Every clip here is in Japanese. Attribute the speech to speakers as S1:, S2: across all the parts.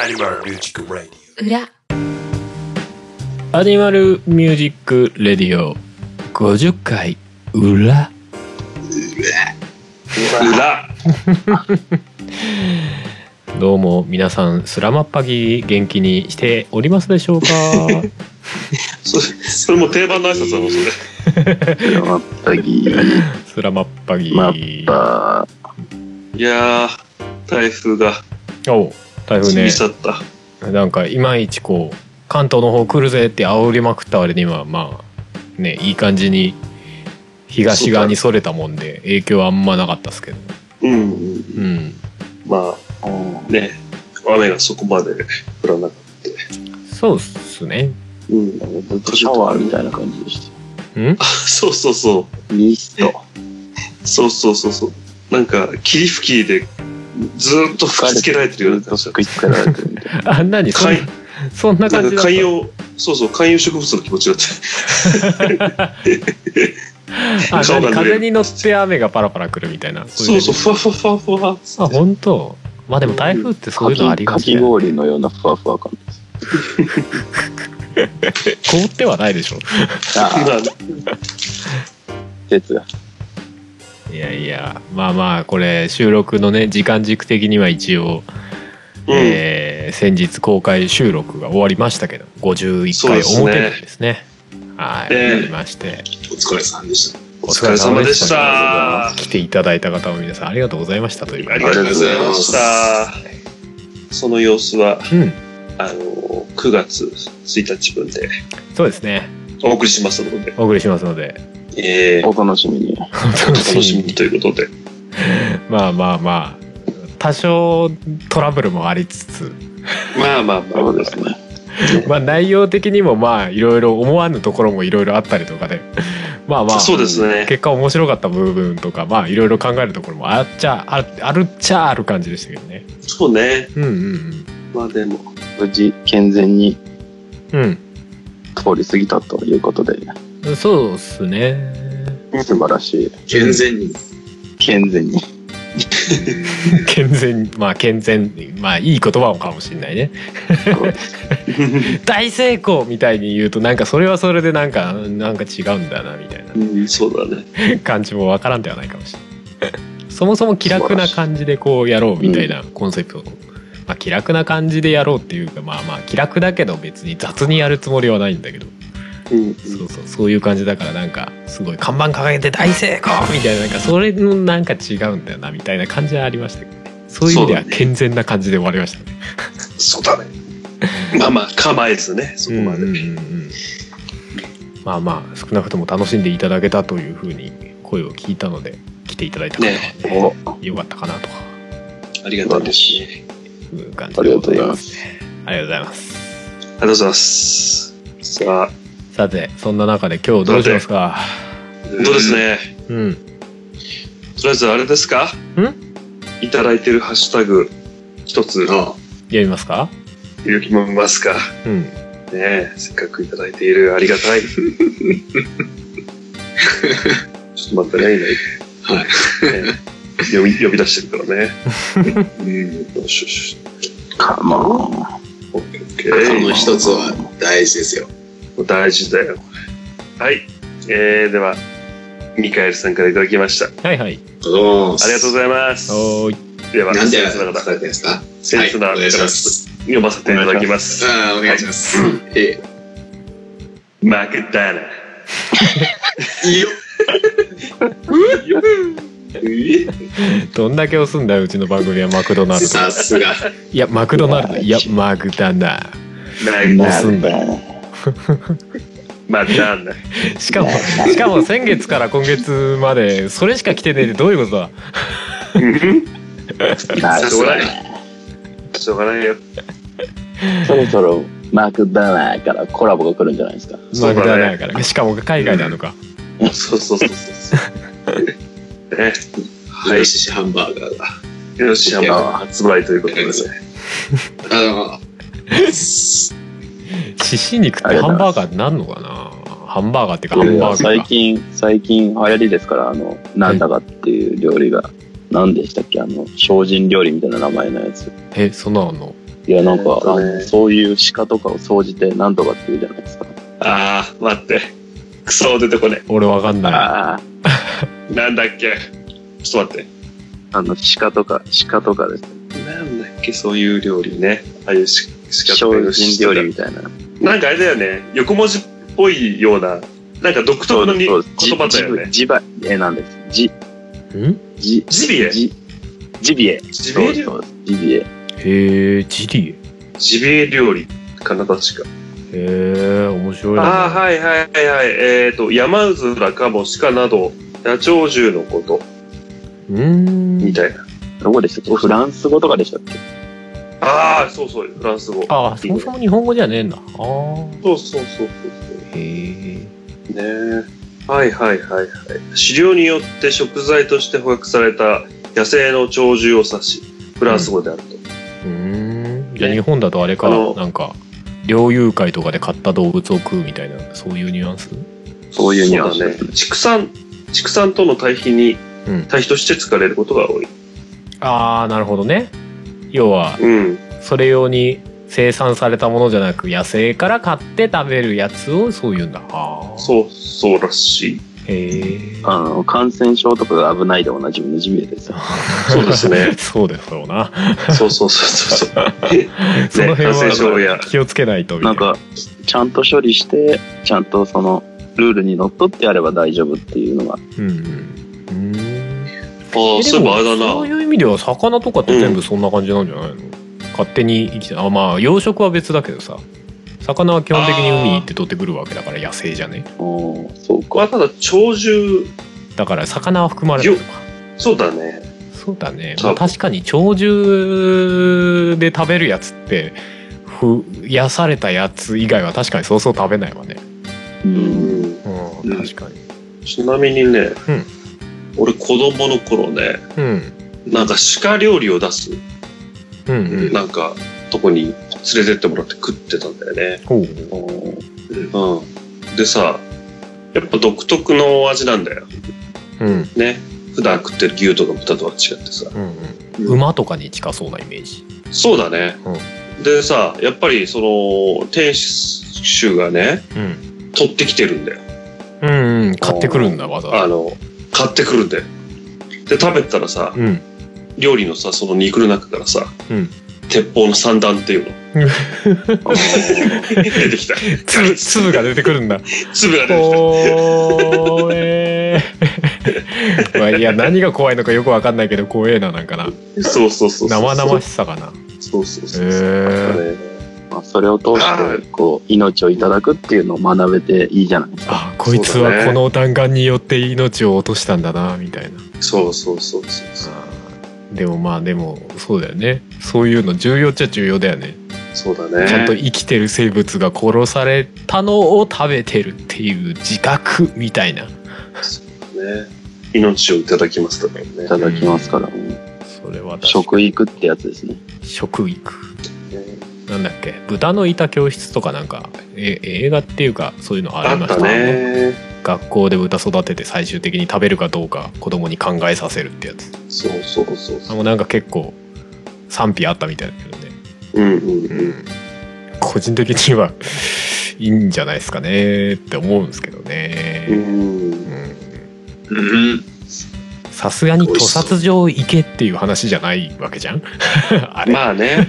S1: アニマルミュージックラディ
S2: 裏
S3: アニマルミュージックレディオ50回裏
S1: 裏
S3: どうも皆さんスラマッパギ元気にしておりますでしょうか
S4: そそれも定番の挨拶だもんそれ
S5: やっぱり、
S3: スラマッパギ
S5: マッパ
S4: いやー台風が
S3: お台風
S4: 過
S3: ね
S4: ぎちゃった、
S3: なんかいまいちこう関東の方来るぜって煽りまくった割にはまあねいい感じに東側にそれたもんで影響はあんまなかったですけど
S4: うん、
S3: うん
S4: まあね雨がそこまで降らなかっ
S3: そうっすね
S4: た、うん、
S5: ずっとシャワーみたいな感じでし
S3: うん
S4: そうそうそ
S5: た。ミスト。
S4: うそうそうそうそうなんか霧吹きでずーっと吹きつけられてるような感じだっ
S5: 食いつけられてるみたい な。
S3: あんなに
S4: た
S3: そん
S4: 海
S3: そんな
S4: な
S3: 感
S4: ん
S3: じだ
S4: か
S3: った
S4: 海洋そうそう観葉植物の気持ちだった
S3: あ
S4: そう
S3: 何
S4: なんだ
S3: 風に乗って雨がパラパラ来るみたいない
S4: そうそうふわふわふわふわっつ
S3: あ
S4: って
S3: 本当まあでも台風ってそういうのありが
S5: か
S3: ち
S5: き
S3: だよ
S5: 氷のようなふわふわ感です。
S3: 凍ってはないでしょ
S5: ああ、鉄が。
S3: いやいやまあまあこれ収録のね時間軸的には一応、
S4: うん
S3: えー先日公開収録が終わりましたけど51
S4: そう
S3: 回
S4: ですね
S3: 表なんですねはい、
S4: ねえ
S3: 終わりまして
S4: お疲れさんでしたお
S3: お
S4: 疲れ様でした
S3: 来ていただいた方も皆さんありがとうございましたという
S4: ありがとうございました。その様子は、
S3: うん
S4: あの、9月1日分で
S3: そうですね
S4: お送りしますので、
S3: お送りしますので
S4: えー、
S5: お楽しみに。
S4: お楽しみにということで、
S3: まあまあまあ多少トラブルもありつつ
S4: まあまあまあ、
S5: そうですね。
S3: まあ内容的にもまあいろいろ思わぬところもいろいろあったりとかで まあまあ
S4: そうですね。
S3: 結果面白かった部分とかまあいろいろ考えるところもあっちゃああるっちゃある感じでしたけどね
S4: そうね。
S3: うんうん
S4: まあでも、
S5: 無事、健全に
S3: うん
S5: 通り過ぎたということで、
S3: うんそうっすね
S5: 素晴らしい。
S1: 健全に
S5: 健全に。
S3: 健全まあ健全まあいい言葉かもしれないね
S5: そうです
S3: 大成功みたいに言うとなんかそれはそれでなんかなんか違うんだなみたいな
S4: うん、そうだね。
S3: 感じもわからんではないかもしれないそもそも気楽な感じでこうやろうみたいなコンセプト、まあ、気楽な感じでやろうっていうかまあまあ気楽だけど別に雑にやるつもりはないんだけど
S4: うん、
S3: そうそうそういう感じだからなんかすごい看板掲げて大成功みたいななんかそれのなんか違うんだよなみたいな感じはありましたけどねそういう意味では
S4: そうだね
S3: 健全な感じで終わりましたね
S4: そうだね。まあまあ、構えずね、そこまで。
S3: うんうんうんうんまあまあ少なくとも楽しんでいただけたというふうに声を聞いたので来ていただいた方は
S4: ね
S5: お
S3: よかったかなとか
S4: ありがたいですね。
S3: いう感じでございますね。ありがとうございます。
S4: ありがとうございます。さあ、
S3: さて、そんな中で今日どうしますか。
S4: 本当ですね。
S3: うん。
S4: とりあえず、あれですかいただいてるハッシュタグ、一つ、
S1: あ
S3: 読みますか。
S4: 勇気も見ますか。
S3: うん。
S4: ねえ、せっかくいただいている、ありがた い。ちょっと待ってね、今。
S1: はい
S4: ねえ。呼び、呼び出してるからね。
S1: うん
S4: よしよし。
S5: かまあ。
S4: オッケーオッケ
S1: その
S4: ー。
S1: 一つは大事ですよ
S4: 大事だよ。はい。えー、では、ミカエルさんからいただきました。
S3: はいはい。
S1: どうも
S4: ありがとうございます。
S3: おーい。
S4: では、
S1: なん
S4: 切
S1: で
S4: なが
S1: 書
S4: ら
S1: かれてるんですか
S4: 僭越な
S1: はい、お願いします
S4: 読ませていただきます。
S1: あーお願いします、え
S4: マクダーナ。
S1: えいいよ
S3: どんだけ押すんだよ、うちの番組はマクドナルド。
S1: さすが
S3: いや、マクドナルド。いや、マグダナ。
S4: マグ
S3: 押すんだよ。
S4: マクダーナ。
S3: しかも、しかも先月から今月まで、それしか来てねえってどういうことだ。
S5: な
S1: さ
S5: る
S1: す
S5: ほ
S1: が
S5: ど。
S4: しょうがないよ。
S5: そろそろ、マクダナーからコラボが来るんじゃないですか。
S3: マ
S4: そうだね
S3: グダナやから、しかも海外なのか。
S4: そうそうそうそう。 ね、
S1: はいシシハンバーガーが
S4: よろしい
S1: いや
S4: 発売ということで、ね。
S1: あのす
S3: 獅子肉ってハンバーガーってなんのかな。ハンバーガーっていうか、ハンバーガー
S5: 最
S3: か。
S5: 近、最近流行りですから、あの、なんだかっていう料理が、何でしたっけあの、精進料理みたいな名前のやつ。
S3: え、そんなのあんの。
S5: いや、なんか、
S4: えーとね
S5: あのそういう鹿とかを総じて何とかって言うじゃないですか。
S4: あー、待って。クソ出てこね
S3: 俺わかんない
S5: ああ、
S4: え。なんだっけ。ちょっと待っ
S5: あの、鹿とか、鹿とかです。
S4: て。なんだっけ、そういう料理ね。ああいうし、し
S5: 精進料理みたいな。
S4: なんかあれだよね。横文字っぽいような、なんか独特のに
S5: そ
S4: 言
S5: うです
S4: 葉だよね。
S5: ジジバえなんです。ジ、
S3: ん
S5: ジ、
S4: ジビエ
S5: ジ、ジビエ。
S4: ジ
S5: そ
S4: ビエ
S5: う
S4: 料
S5: そうです。ジビエ。
S3: へえジリ
S4: 理ジビエ料理かな、確か。
S3: へえ面白い
S4: ああ、
S3: な
S4: はいはいはいはい。えっ、と、山うずらかも鹿など、野鳥獣のこと、
S3: うーん
S4: みたいな。
S5: どこでしたっけフランス語とかでしたっけ
S4: ああ、そうそう、フランス語。
S3: ああそもそも日本語じゃねえんだああ
S4: そうそうそうそう
S3: へ
S4: そう。ねえはいはいはいはい。狩猟によって食材として捕獲された野生の鳥獣を指し、フランス語であると。
S3: えうんじゃあ日本だとあれか
S4: あの
S3: なんか猟友会とかで買った動物を食うみたいなそういうニュアンス
S5: そういうニュアンス
S4: そうだね。畜産、畜産との対比に
S3: うん、
S4: 対比として使われることが多い。
S3: ああなるほどね要は
S4: うん。
S3: それ用に生産されたものじゃなく野生から買って食べるやつをそういうんだああ
S4: そう、そうらしい。
S3: へえ
S5: あの、感染症とかが危ないでおなじみのジビエですよ。
S4: そうですね
S3: そうですよな
S4: そうそ うそうそうそう。
S3: その辺
S4: 感染症
S3: は
S4: や
S3: 気をつけないとみた
S5: ないんか、ちゃんと処理して、ちゃんとその、ルールにのっとってやれば大丈夫っていうのは、
S3: うんうんうん
S4: あ
S3: え
S4: あ、そういえばあれだ
S3: そう
S4: な。
S3: いう意味では魚とかって全部そんな感じなんじゃないの、勝手に生きてあまあ養殖は別だけどさ魚は基本的に海に行って取ってくるわけだから野生じゃね
S5: おそう
S4: これ
S5: か。
S4: はただ鳥獣、
S3: だから魚は含まれるのか
S4: そうだね。
S3: そうだね、
S4: 多
S3: まあ
S4: 分
S3: 確かに鳥獣で食べるやつってふ癒されたやつ以外は確かにそうそう食べないわね
S5: う。
S4: うんん。
S3: うん確かに
S4: ちなみにね、
S3: うん
S4: 俺子供の頃ね、
S3: うん
S4: なんか鹿料理を出す、
S3: うんうん
S4: なんか、とこに連れてってもらって食ってたんだよね。
S3: ほう
S5: おー
S4: うん。でさ、やっぱ独特の味なんだよ。
S3: うん
S4: ね。普段食ってる牛とか豚とは違ってさ。
S3: うんうん馬とかに近そうなイメージ
S4: そうだね。でさ、やっぱりその、店主がね、
S3: うん
S4: 取ってきてるんだよ。
S3: うんうん買ってくるんだわざわ
S4: あ
S3: ざ
S4: の、買ってくるんだよ。で、食べたらさ、
S3: うん
S4: 料理のさ、その肉の中からさ、
S3: うん
S4: 鉄砲の三段っていうの。 出てきた。
S3: 粒粒が出てくるんだ。
S4: 粒が出てきた。
S3: 怖えー。ま あいや何が怖いのかよくわかんないけど怖えななんかな。
S4: そうそうそうそう。
S3: 生々しさかな。
S4: そうそう
S3: へ
S4: そうそう。
S3: え
S5: まあ、それを通
S4: あ
S5: して、こう、命をいただくっていうのを学べていいじゃないですか。
S3: あこいつはこの弾丸によって命を落としたんだなみたいな。
S4: そうそうそうそうそう。
S3: あーでもまあでもそうだよね。そういうの重要っちゃ重要だよね。
S4: そうだね。
S3: ちゃんと生きてる生物が殺されたのを食べてるっていう自覚みたいな。
S4: ね。命をいただきますだから
S5: いた
S4: ね。
S5: だきますから、
S3: それは確かに
S5: 食育ってやつですね。
S3: 食育。なんだっけ豚のいた教室とかなんかえ映画っていうかそういうのあ
S4: あ
S3: りま
S4: っ
S3: したたね
S4: ね。
S3: 学校で豚育てて最終的に食べるかどうか子供に考えさせるってやつ
S4: そうそうそう
S3: あ
S4: そ
S3: もうなんか結構賛否あったみたいだけどね、
S4: う。うんうんうん。
S3: 個人的にはいいんじゃないですかねって思うんですけど
S4: う
S3: ね
S4: ん。
S3: うん
S1: うん。
S3: さすがに屠殺場行けっていう話じゃないわけじゃんあれ
S4: まあね。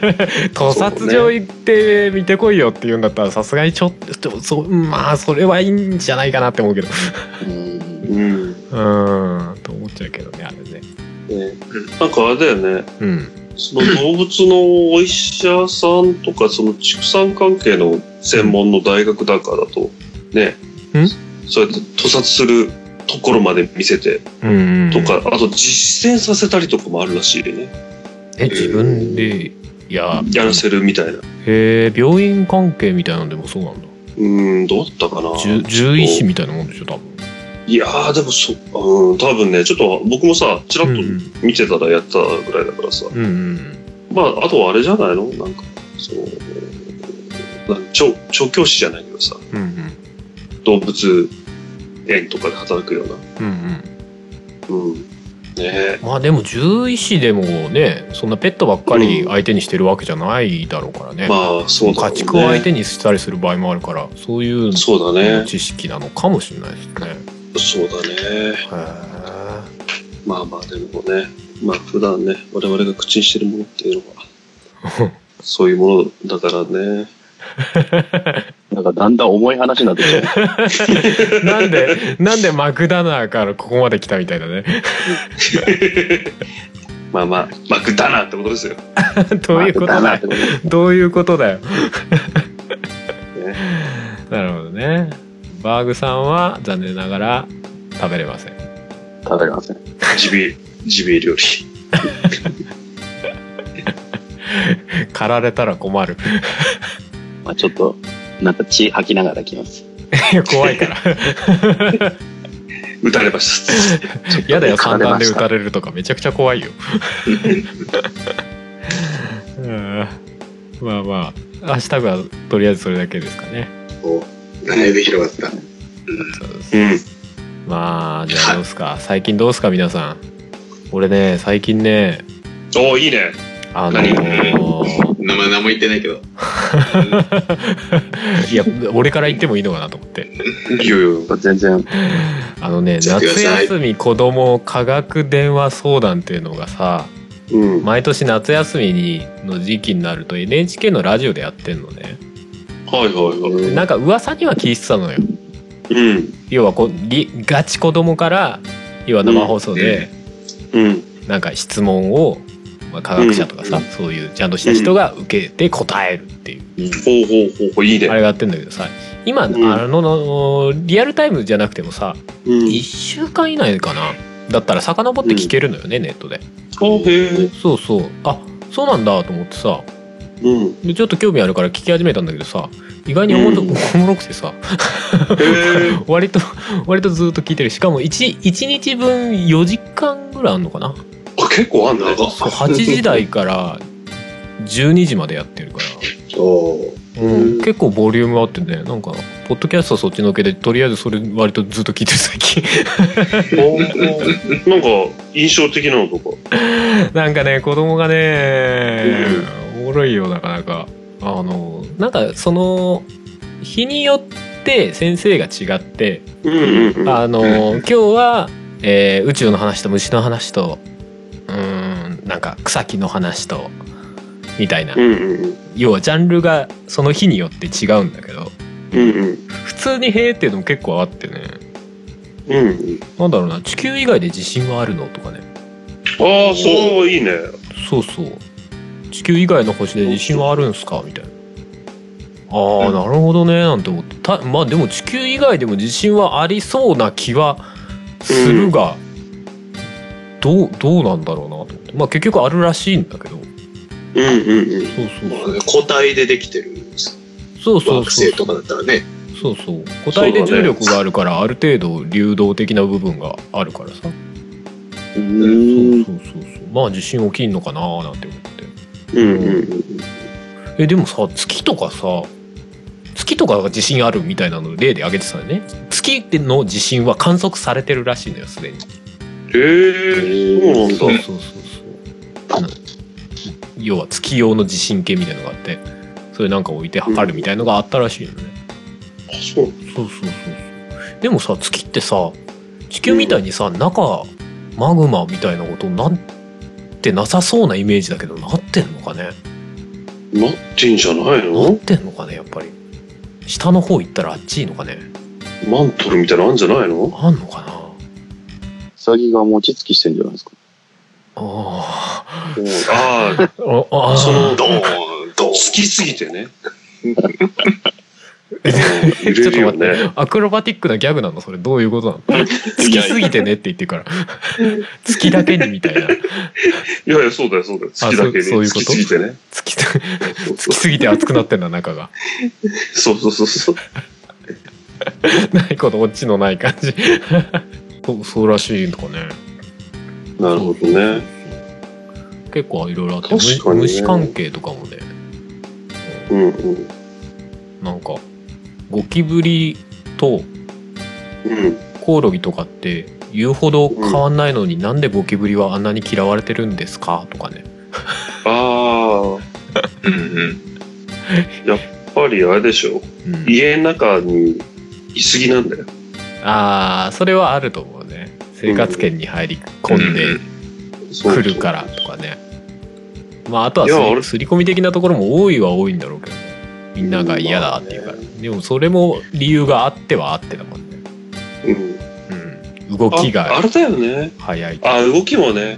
S3: 屠殺場行って見てこいよって言うんだったらさすがにちょっとそうまあそれはいいんじゃないかなって思うけど
S5: うん。
S4: うん。ね
S3: うーんと思っちゃうけどねあれね
S4: なんかあれだよね。
S3: うん
S4: その動物のお医者さんとか、その畜産関係の専門の大学だからだと、ね
S3: ん、
S4: そうやって屠殺するところまで見せて
S3: うん
S4: とか、あと実践させたりとかもあるらしいね。
S3: え自分でいや
S4: やらせるみたいな。
S3: へえ病院関係みたいなのでもそうなんだ
S4: うん、どうだったかな。
S3: 獣獣医師みたいなもんでしょ多分
S4: いやー、でもそ、うん、多分ね、ちょっと僕もさ、ちらっと
S3: うん
S4: 見てたらやってたぐらいだからさ。
S3: うんうん
S4: まあ、あとはあれじゃないのなんか、その、なん調調教師じゃないけどさ、
S3: うん
S4: 動物園とかで働くような。
S3: うんうん
S4: うん。
S1: ね
S3: まあでも獣医師でもねそんなペットばっかり相手にしてるわけじゃないだろうからね、
S1: まあそうだろうね
S3: 家畜を相手にしたりする場合もあるからそういう
S1: そうだね
S3: 知識なのかもしれないですね。
S1: そうだね
S3: へー
S1: まあまあでもねまあ普段ね我々が口にしてるものっていうのは そういうものだからね
S5: なんかだんだん重い話になってきちゃう。
S3: なんでなんでマクダナーからここまで来たみたいだね。
S1: まあまあマクダナーってことですよ
S3: どういうこと
S5: まあだな
S3: だ
S5: って
S3: よ。
S5: こと
S3: どういうことだよ。なるほどね。バーグさんは残念ながら食べれません。
S5: 食べれません。
S1: ジビエジビエ料理
S3: 狩られたら困る。
S5: まあちょっと、なんか血吐きながら来ます。
S3: いや怖い から。
S1: 打たれま した
S3: やだよ
S5: 狩
S3: 三
S5: られ
S3: 段
S5: ま
S3: で
S5: し
S3: 打
S5: た
S3: たれるとかめちゃくちゃ怖い よ。うんまあまあハッシュタグはとりあえずそれだけですかね。
S1: だいぶ広がっ
S4: うん。
S3: まあじゃあどう すか最近どうすか皆さん。俺ね最近ね
S4: おお、いいね。
S3: あのー
S1: 名前何も言ってないけど
S3: いや俺から言ってもいいのかなと思って。
S1: いやいや
S5: 全然、
S3: あのね
S1: ちょっ
S3: 夏
S1: とください
S3: 休み子供科学電話相談っていうのがさ
S4: うん。は
S3: 毎年夏休みにの時期になると NHK のラジオでやってんのね。
S4: いはいは
S3: でなんか噂には聞いてたのよ。
S4: い。うん。
S3: 要はこうりガチ子供から要は生放送で
S4: うん。
S3: なんか質問を、まあ、科学者とかさ、
S1: うん
S3: そういうちゃんとした人が受けて答えるっていう、
S4: ほうほうほうほう、いい
S3: あれ
S4: ね。
S3: がやってんだけどさ今、
S4: ん
S3: あののリアルタイムじゃなくてもさ、
S4: うん
S3: 1週間以内かなだったら遡って聞けるのよね、ネットで
S4: おへえ。
S3: そうそうあそうなんだと思ってさ
S4: うん。
S3: でちょっと興味あるから聞き始めたんだけどさ意外におもろ,、
S4: うん
S3: おもろくてさ
S4: へえ。
S3: 割と割とずっと聞いてるしかも 1, 一日分4時間ぐらいあんのかな
S4: あ、結構あんだ。
S1: 長っ
S3: そう8時台から12時までやってるか
S1: お
S3: ら、うん
S4: うん
S3: 結構ボリュームあってねなんかポッドキャストそっちのけでとりあえずそれ割とずっと聞いてる最 近
S4: ほうほうなんか、印象的なのとか。
S3: なんかね子供がねおもろいよなかなかあのなんかその日によって先生が違って、
S4: うんうんうん。
S3: あの今日は、えー宇宙の話と虫の話とうーんなんか草木の話とみたいな、
S4: うんうん
S3: 要はジャンルがその日によって違うんだけど
S4: うんうん
S3: 普通に「へえ」っていうのも結構あってね
S4: うんうん
S3: なんだろうな地球以外で地震はあるのとかね
S4: ああそういいね
S3: そうそう地球以外の星で地震はあるんすかみたいなああ
S4: うん
S3: なるほどねなんて思ってたまあでも地球以外でも地震はありそうな気はするが、どうどうなんだろうなと思ってまあ結局あるらしいんだけど
S4: うんうんう
S3: そうそ
S4: ん
S3: う
S1: まあね個体でできてる
S3: そうそう
S1: 惑
S3: そう
S1: 星とかだったらね
S3: そうそう個体で重力があるからある程度流動的な部分があるからさ
S5: う
S3: そ
S5: ー。
S3: うんそうそうそうまあ地震起きんのかなーなんて思って
S4: うんうん
S3: えでもさ月とかさ月とかが地震あるみたいなの例で挙げてたよね月の地震は観測されてるらしいのよすでにそうそう
S4: へえそうなんだ
S3: そうそうあの要は月用の地震計みたいなのがあってそれなんか置いて測るみたいのがあったらしいよね、
S4: あそ
S3: そうそ
S4: う
S3: うそうそうでもさ月ってさ地球みたいにさ、中マグマみたいなことになってなさそうなイメージだけどなってんのかね
S4: なってんじゃない
S3: なっ
S4: の
S3: てんのかねやっぱり下の方行ったらあっちいのかね
S4: マントルみたいなのあんじゃないの
S3: あんのかな
S5: サギが餅つきしてんじゃないですか。
S3: あー
S4: ああ
S3: ああー
S4: その
S1: ドーンドーン
S4: 好きすぎてね
S3: ちょ
S4: 揺
S3: っと
S4: れるよ
S3: 待って、
S4: ね
S3: アクロバティックなギャグなのそれどういうことなの月すぎてねって言ってるから月だけにみたいない
S4: やいやそうだよそうだよ好きだけに
S3: あそうそういう
S4: 好
S3: こと
S4: きすぎてね
S3: 月と月すぎて熱くなってんだ中が
S4: そうそうそうそう
S3: ないこのオチのない感じそうそうらしいとかね
S4: なるほどね
S3: 結構いろいろあって、
S4: 確かにね
S3: 虫関係とかもね
S4: うんうん
S3: なんかゴキブリと
S4: うん
S3: コオロギとかって言うほど変わんないのに、なんでゴキブリはあんなに嫌われてるんですかとかね
S4: ああ、
S1: うんうん。
S4: やっぱりあれでしょ。
S3: うん
S4: 家の中にいすぎなんだよ。
S3: ああそれはあると思うね生活圏に入り込んで
S4: そう
S3: くるからとかねまああとはい
S4: や
S3: すり
S4: 俺
S3: 刷り込み的なところも多いは多いんだろうけどねみんなが嫌だっていうから、
S4: うん
S3: でもそれも理由があってはあってだもんね、
S4: うん
S3: うん、動き
S4: ああ
S3: が
S4: れだよね。
S3: 早い、
S4: あ、動きもね。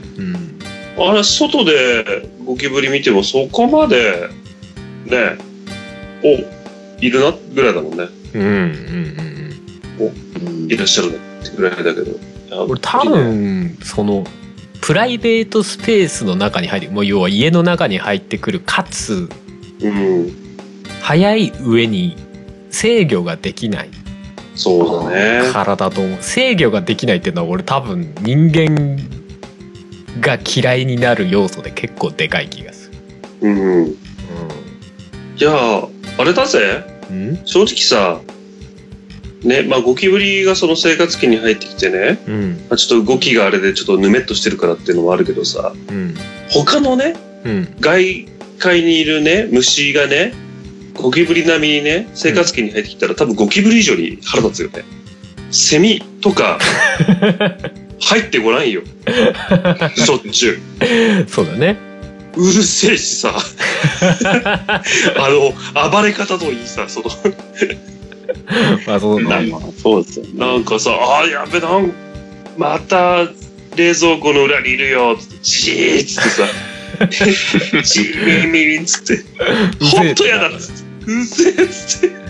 S3: うん、
S4: あれ、外でゴキブリ見てもそこまで、ね、お、いるなぐらいだもんね。
S3: うんうんうん
S5: うん
S4: いらっしゃるなってぐらいだけど。
S3: うん俺多分そのプライベートスペースの中に入りもう要は家の中に入ってくるかつ
S4: うん、
S3: 早い上に制御ができない
S4: そうだね。
S3: 体と思う制御ができないっていうのは俺多分人間が嫌いになる要素で結構でかい気がする
S4: うん。いやーあれだぜ。
S3: うん、うん
S4: 正直さ、ね、まあ、ゴキブリがその生活圏に入ってきてね、
S3: うん
S4: まあ、ちょっと動きがあれでちょっとぬめっとしてるからっていうのもあるけどさ、
S3: うん
S4: 他のね、
S3: うん
S4: 外界にいるね、虫がね、ゴキブリ並みにね、生活圏に入ってきたら、多分ゴキブリ以上に腹立つよね。セミとか、入ってごらんよ。しょっちゅう。
S3: そうだね
S4: うるせえしさ。あの、暴れ方といいさ、その、
S3: まあその
S5: まあまあそうですよ
S4: な
S5: ね。
S4: んかさ、あーやべ、なんまた冷蔵庫の裏にいるよ、つって、じーっつってさ、じーみみみっつって、ほんとやだっつって、うぜえっつって。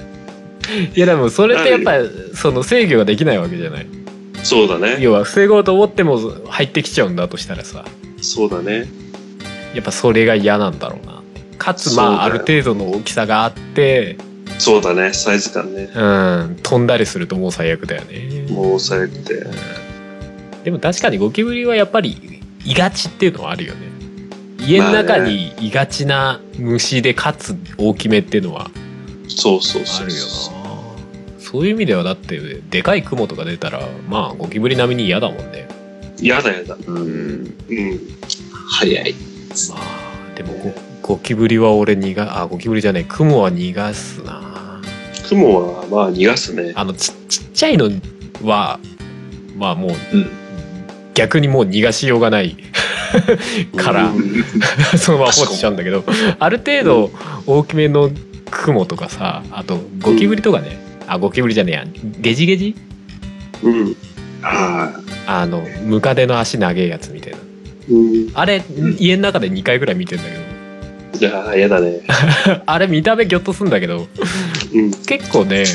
S3: いやでもそれってやっぱその制御ができないわけじゃない
S4: そうだ ね、
S3: 要は防ごうと思っても入ってきちゃうんだとしたらさ
S4: そうだね。
S3: やっぱそれが嫌なんだろうなかつ
S4: そうだ
S3: まあ
S4: よ
S3: ある程度の大きさがあって
S4: そうだね、サイズ感ね。
S3: うん飛んだりするともう最悪だよね
S4: もう抑えて。
S3: でも確かにゴキブリはやっぱりいがちっていうのはあるよね家の中にいがちな虫でかつ大きめっていうのは
S4: そうそう
S3: あ
S4: そう。
S3: るよなそういう意味ではだってでかい雲とか出たらまあゴキブリ並みに嫌だもんね
S4: やだやだ。
S5: う
S3: うん
S5: ん。
S4: うん。
S1: 早い。
S3: まあでもゴゴキブリは俺逃があゴキブリじゃねえ雲は逃がすな
S4: 雲は、まあ、逃がすね。
S3: あのちちっちゃいのはまあもう
S1: うん。
S3: 逆にもう逃がしようがない から、
S4: うん
S3: そのまま放置しちゃうんだけどある程度大きめの雲とかさあとゴキブリとかね、あゴキブリじゃねえやゲジゲジ
S4: うん。
S5: は
S3: あのムカデの足長えやつみたいな
S4: うん。
S3: あれ、
S1: うん
S3: 家の中で2回ぐらい見てんだけ
S4: いやー、や だね。
S3: どあれ見た目ギョッとすんだけど
S4: うん。
S3: 結構ね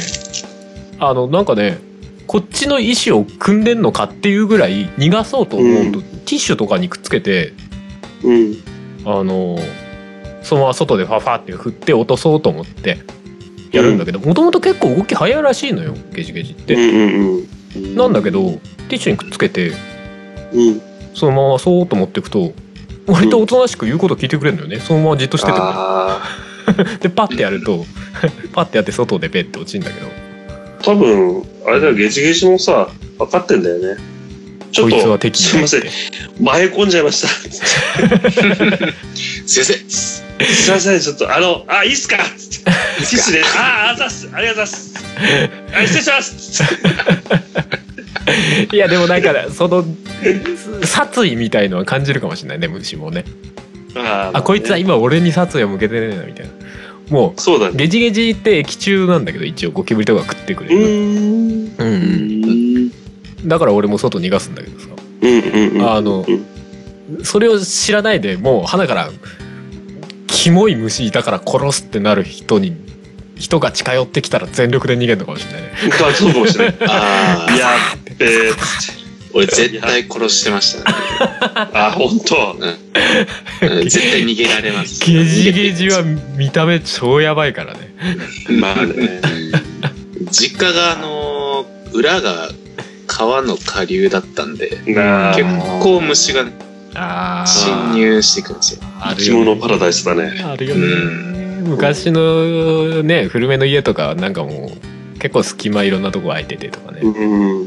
S3: あのなんかねこっちの意思を組んでんのかっていうぐらい逃がそうと思うと、ティッシュとかにくっつけて
S4: うん。
S3: あのそのまま外でファファって振って落とそうと思ってやるんだけどもともと結構動き早いらしいのよゲジゲジっ
S4: う
S3: て、
S4: んうん
S5: い。
S3: なんだけどティッシュにくっつけて
S4: うん。うん。
S3: そのままそうと持っていくと割とおとなしく言うこと聞いてくれるのよねそのままじっとしててくれる
S4: あ
S3: でパッてやると パッてやって外でペッて落ちるんだけど
S4: ー多分、あれだよ、ゲジゲジもさ、分かってんだよね。ちょ
S3: こ
S4: っ
S3: いつは
S4: と、
S3: 敵
S4: すいません
S3: だっ、て
S4: 迷い込んじゃいました。
S1: 先生
S4: すいません、ちょっと、あの、あ、いいっすかつってティッシュで、あー、あざっす、ありがとうございます。あ失礼しますつって
S3: いやでもなんかその殺意みたいのは感じるかもしれないね虫もね
S4: あー
S3: あこいつは
S4: まね
S3: 今俺に殺意を向けてねえなみたいなもう
S4: そうだね。
S3: ゲジゲジって液中なんだけど一応ゴキブリとか食ってく
S4: う
S3: れる、
S4: ーん。
S3: うん
S5: うん。
S3: だから俺も外逃がすんだけどさ
S4: うんうんうん。
S3: あの
S4: うん
S3: それを知らないでもう鼻から「キモい虫いたから殺す」ってなる人に人が近寄ってきたら全力で逃げるのかもしれないね
S4: かそうかもしれ ない。
S1: ああ、
S4: やっべーっつって。
S1: 俺絶対殺してましたね。
S4: あ、ほんと。
S1: うん絶対逃げられます。
S3: ゲジゲジは見た目超やばいからね
S1: まあね。実家があのー裏が川の下流だったんで、
S4: なあ
S1: 結、構虫が
S3: あー
S1: 侵入してくるんですよ。
S3: あ
S4: 生
S3: る
S4: き
S3: よね
S4: 物パラダイスだね。
S3: あるよね、昔のね古めの家とかはなんかもう結構隙間いろんなとこ空いててとかね、
S4: うん。
S1: うん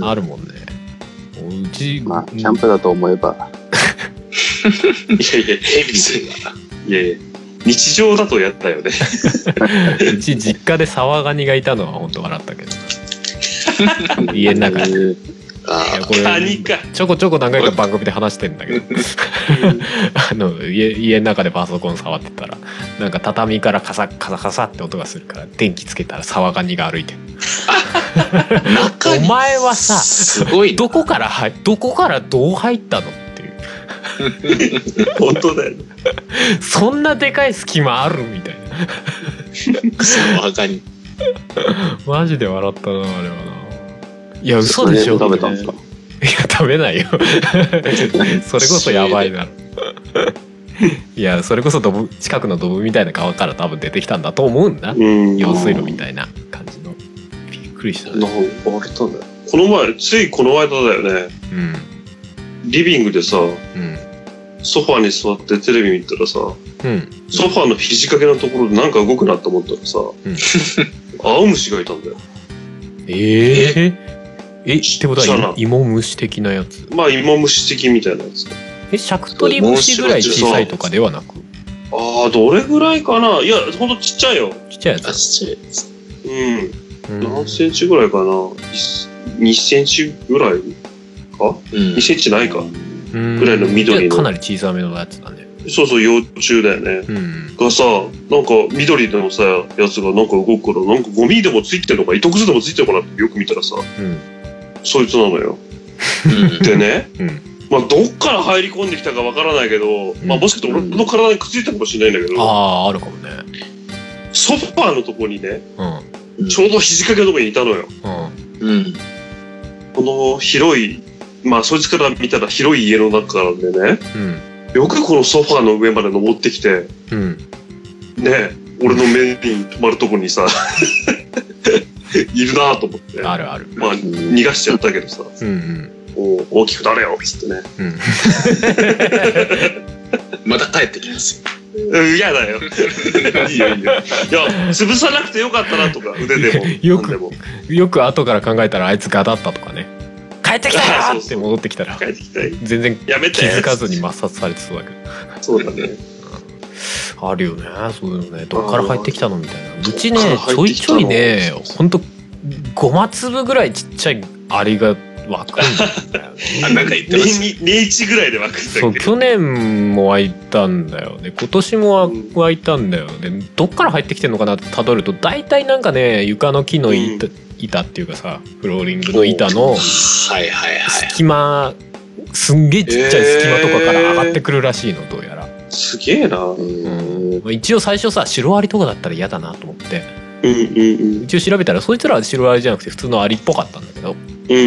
S3: あるもんねうち、
S5: まあ、キャンプだと思えば、
S4: いやいや、エビス。いやいや、日常だとやったよね。
S3: うち実家でサワガニがいたのは本当笑ったけ ど。家の中に。い
S1: えーあ
S3: やこ
S4: カ
S3: れ
S4: ニか。
S3: ちょこちょこ何回か番組で話してんだけど あの家家の中でパソコン触ってたらなんか畳からカサッカサカサって音がするから電気つけたらサワガニが歩いてるお前はさ
S2: すごいな
S3: どこから入どこからどう入ったのっていう
S4: 本当だよね。
S3: そんなでかい隙間あるみたいな
S2: サワガニ
S3: マジで笑ったなあれはないや嘘でしょ
S5: それ食べたんですか
S3: いや食べ ないよそれこそやばいないやそれこそドブ近くのドブみたいな川から多分出てきたんだと思うんだ
S4: うん
S3: 用水路みたいな感じのびっくりした
S1: ーな
S3: ね
S1: んかあれだね
S4: この前、ついこの間だよね。
S3: うん
S4: リビングでさ、
S3: うん
S4: ソファに座ってテレビ見たらさ、
S3: うん
S4: ソファの肘掛けのところでなんか動くなと思ったらさ、
S3: ん
S4: 青虫がいたんだよ。
S3: えええってこと
S4: そうなの
S3: は芋虫的なやつ
S4: まあ、芋虫的みたいなやつ。
S3: えシャクトリムシぐらい小さいとかではなく
S4: ああ、どれぐらいかないや、ほんとちっちゃいよ。
S3: ちっちゃいや
S2: あ
S3: つ
S2: ちっちゃいや
S4: う
S2: つ
S4: ん。
S3: うん
S4: 何センチぐらいかな ?2 センチぐらいか
S2: うん
S4: ?2 センチないか。
S3: うん
S4: ぐらいの緑の
S3: いやかなり小さめのやつだね
S4: そうそう、幼虫だよね。
S3: うん
S4: がさ、なんか緑のさ、やつがなんか動くから、なんかゴミでもついてるのか、糸くずでもついてるのかなってよく見たらさ、
S3: うん
S4: そいつなのよ。
S2: うん
S4: でね、
S3: うん
S4: まあどっから入り込んできたかわからないけど、
S3: ん
S4: まあもしかして俺の体にくっついたかもしれないんだけど、
S3: あああるかもね
S4: ソファーのとこにね、
S3: うん
S4: ちょうど肘掛けのとこにいたのよ。
S3: うん
S2: うん
S4: この広い、まあそいつから見たら広い家の中からでね、
S3: うん
S4: よくこのソファーの上まで登ってきて、
S3: うん
S4: ね、俺の目に止まるとこにさ、 いるなぁと思って。
S3: あるある。
S4: まあ、逃がしちゃったけどさ、
S3: うんうん。
S4: お大きくなれよっつってね。
S3: うん、
S2: また帰ってきます
S4: うん、嫌 だよ。いいよいいよ。いや、潰さなくてよかったなとか、腕でも。
S3: よく
S4: 何でも
S3: よく後から考えたらあいつガだったとかね。 帰ってきたよっ
S4: あーそうそ
S3: て
S4: う
S3: 戻ってきたら
S4: 帰ってきたい。
S3: 全然
S4: やめて。
S3: 気づかずに抹殺されてそうだけ
S4: そうだね。
S3: ど。 あるよねそういうのねどっから入ってきたのみたいな。うちね
S4: どっか
S3: ち
S4: ら
S3: ょ
S4: 入っ
S3: い
S4: てき
S3: ち
S4: た
S3: ょ
S4: の
S3: いねほんと5マ粒ぐらいちっちゃいアリが湧くんだよね。
S2: あなんか言ってます
S4: 2、1ぐらいで枠
S3: そ
S4: くん
S3: う
S4: だっけ
S3: 去年も湧いたんだよね今年も
S4: うん
S3: 湧いたんだよねどっから入ってきてんのかなってたどると大体なんかね床の木の板,、板っていうかさフローリングの板の
S2: はいはいはい
S3: 隙間すんげえちっちゃい隙間とかから上がってくるらしいのどうやら、
S4: すげえな。うん
S1: う
S3: うん
S1: ん
S3: まあ一応最初さシロアリとかだったら嫌だなと思って
S4: うんうん。
S3: 一応調べたらそいつらはシロアリじゃなくて普通のアリっぽかったんだけど
S4: うんうんう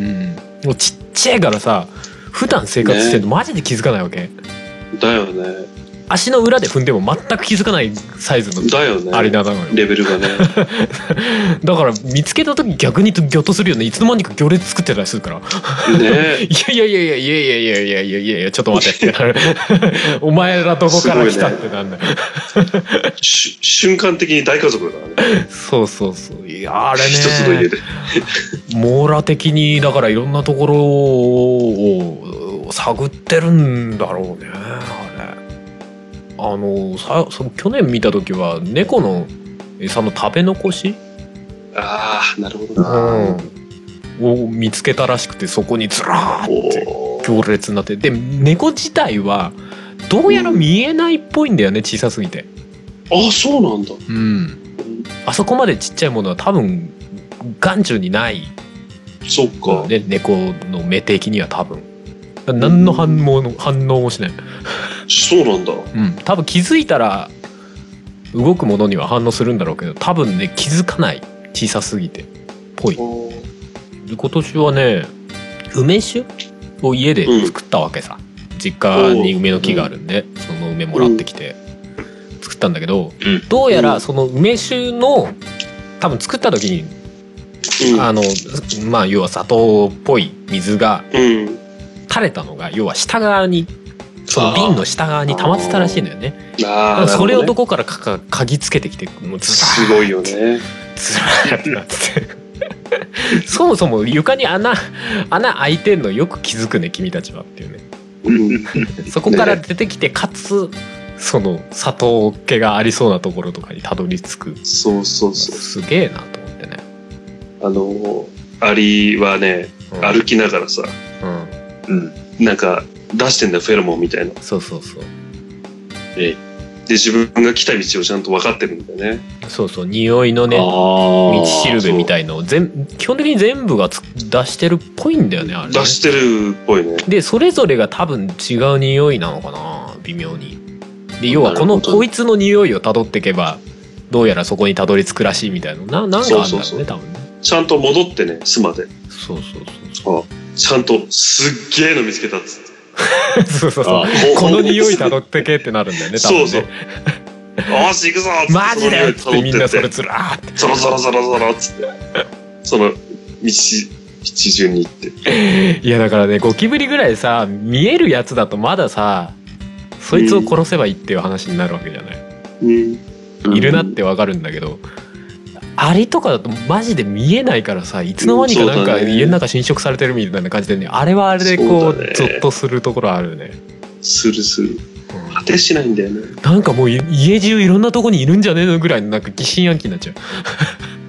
S4: ん。
S3: もうちっちゃいからさ普段生活してるのマジで気づかないわけ、
S4: だよね。
S3: 足の裏で踏んでも全く気づかないサイズの
S4: だよね。
S3: アリナなのよ
S4: レベル がね。
S3: だから見つけた時逆にギョッとするよねいつの間にか行列作ってたりするから「
S4: ね
S3: いやいやいやいやいやいやいやいやいやいやちょっと待って」ってなるお前らどこから来たってなんだ、
S4: し瞬間的に大家族だからね。
S3: そうそうそういやあれね
S4: 一つの家で。
S3: 網羅的にだからいろんなところを探ってるんだろうねあれあのさその去年見た時は猫の餌の食べ残し
S4: ああ、なるほどな。
S3: を見つけたらしくてそこにずらーって
S4: おー
S3: 行列になってで猫自体はどうやら見えないっぽいんだよね小さすぎて
S4: ああ、そうなんだ。
S3: うんあそこまでちっちゃいものは多分眼中にない
S4: そっか。
S3: ね猫の目的には多分だ何の反応の反応もしない、
S4: そうなんだ。
S3: うん、多分気づいたら動くものには反応するんだろうけど多分ね気づかない小さすぎてぽいで今年はね梅酒を家で作ったわけさ、実家に梅の木があるんで、その梅もらってきて作ったんだけど、
S2: うん
S3: どうやらその梅酒の多分作った時に、
S4: うん
S3: あのまあ要は砂糖っぽい水が
S4: うん。
S3: 垂れたのが要は下側にその瓶の下側に溜まってたらしいんだよねだ
S4: あ
S3: から
S4: あ、
S3: それをど
S4: こ
S3: こからかか嗅ぎつけてきてもうずら
S4: すごいよね。
S3: ずらーってなってて そもそも床に穴穴開いてんのよく気づくね君たちはっていうねそこから出てきてかつその里桶がありそうなところとかにたどり着く
S4: そうそうそ
S3: すげえなと思ってね、
S4: う。あのー、アリはね、
S3: うん、
S4: 歩きながらさ、
S3: うん
S4: なんか出してんだよ、フェロモンみたいな。
S3: そうそうそう
S4: で、自分が来た道をちゃんと分かってるんだよね。
S3: そうそう匂いのね道
S2: 道
S3: しるべみたいのを全基本的に全部がつ出してるっぽいんだよねあれね
S4: 出してるっぽいね。
S3: でそれぞれが多分違う匂いなのかな微妙にで要はこ
S2: な
S3: の
S2: るほど
S3: こいつの匂いを辿っていけばどうやらそこにたどり着くらしいみたいなななんかあるんだろうね
S4: そうそうそう
S3: 多分ね
S4: ちゃんと戻ってね、巣まで。
S3: そうそうそうそう
S4: ちゃんと、すっげえの見つけた っつって。
S3: そうそうそう
S2: あ
S3: この匂い辿ってけってなるんだよね多分ね
S4: そうそう。よし、行くぞっつって。
S3: マジだよっつ
S4: そ
S3: って
S4: の匂
S3: みん
S4: い辿
S3: な
S4: って
S3: そ
S4: っ
S3: れ
S4: て
S3: ずらーって
S4: そろそろそろそろっつって。その、道、一順に行って。
S3: いやだからねゴキブリぐらいさ見えるやつだとまださそいつを殺せばいいっていう話になるわけじゃない、
S4: うん。
S3: いるなってわかるんだけどアリとかだとマジで見えないからさいつの間にかなん
S4: うん
S3: か
S4: そうだね
S3: 家の中侵食されてるみたいな感じでねあれはあれでこ
S4: そううだね
S3: ゾッとするところあるよね、
S4: するする。
S3: うん
S4: 果てしないんだよね。
S3: なんかもうい家中いろんなとこにいるんじゃねえのぐらいのなんか疑心暗鬼になっ ちゃ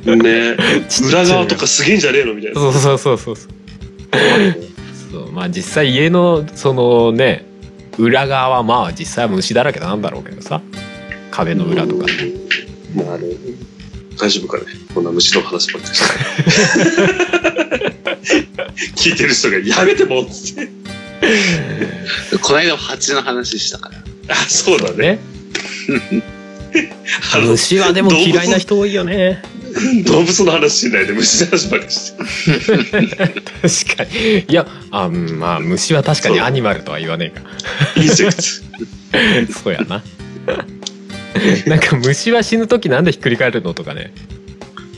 S3: う
S4: ね
S3: ちっちゃい
S4: 裏側とかすげえんじゃねえのみたいな。
S3: そうそうそうそうそうそうまあ実際家のそのね裏側はまあ実際は虫だらけなんだろうけどさ壁の裏とか
S4: まああの、大丈夫かねこんな虫の話ばっかり して。聞いてる人がやめてもっつって。
S2: この間も蜂の話したから。
S4: あ、そうだね。
S3: ね
S4: あの、
S3: 虫はでも嫌いな人多いよね
S4: 動物の話しないで虫の話ばっかりして。
S3: 確かにいやあうんまあ虫は確かにアニマルとは言わねえか
S4: インセ クツ。
S3: そうやななんか虫は死ぬ時なんでひっくり返るのとかね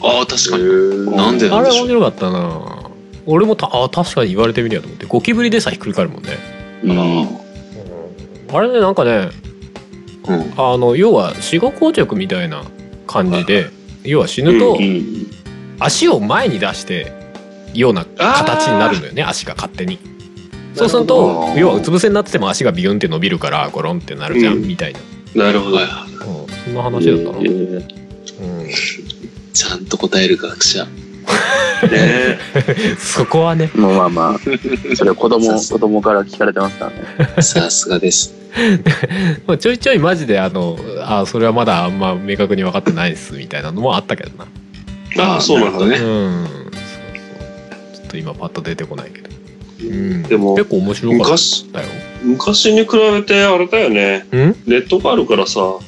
S2: ああ、確かに。なんで
S3: あ
S2: なん
S3: れ面
S2: でしょう。
S3: 白かったな俺もたあ確かに言われてみりゃと思ってゴキブリでさひっくり返るもんねあれねなんかね
S2: うん
S3: あの要は死後硬直みたいな感じで要は死ぬと足を前に出してような形になるんだよね足が勝手にそうする
S2: なるほ
S3: と
S2: ど
S3: 要はうつ伏せになってても足がビヨンって伸びるからゴロンってなるじゃん、
S4: うん
S3: みたいな、
S4: なるほど。
S3: うん、そんな話だったな、
S2: えーちゃんと答える学者。
S4: ね
S3: うんそこはね
S5: まあまあまあ、それは 子供、子供から聞かれてますからね。
S2: さすがです。
S3: まあちょいちょいマジであのあそれはまだあんま明確に分かってないっすみたいなのもあったけどなうん
S4: ああ、そうなんだね。
S3: そうそうちょっと今パッと出てこないけど、うん、
S4: でも
S3: 結構面白かっ
S4: 昔、
S3: たよ
S4: 昔に比べてあれだよね。
S3: うん
S4: ネットがあるからさ、
S3: そう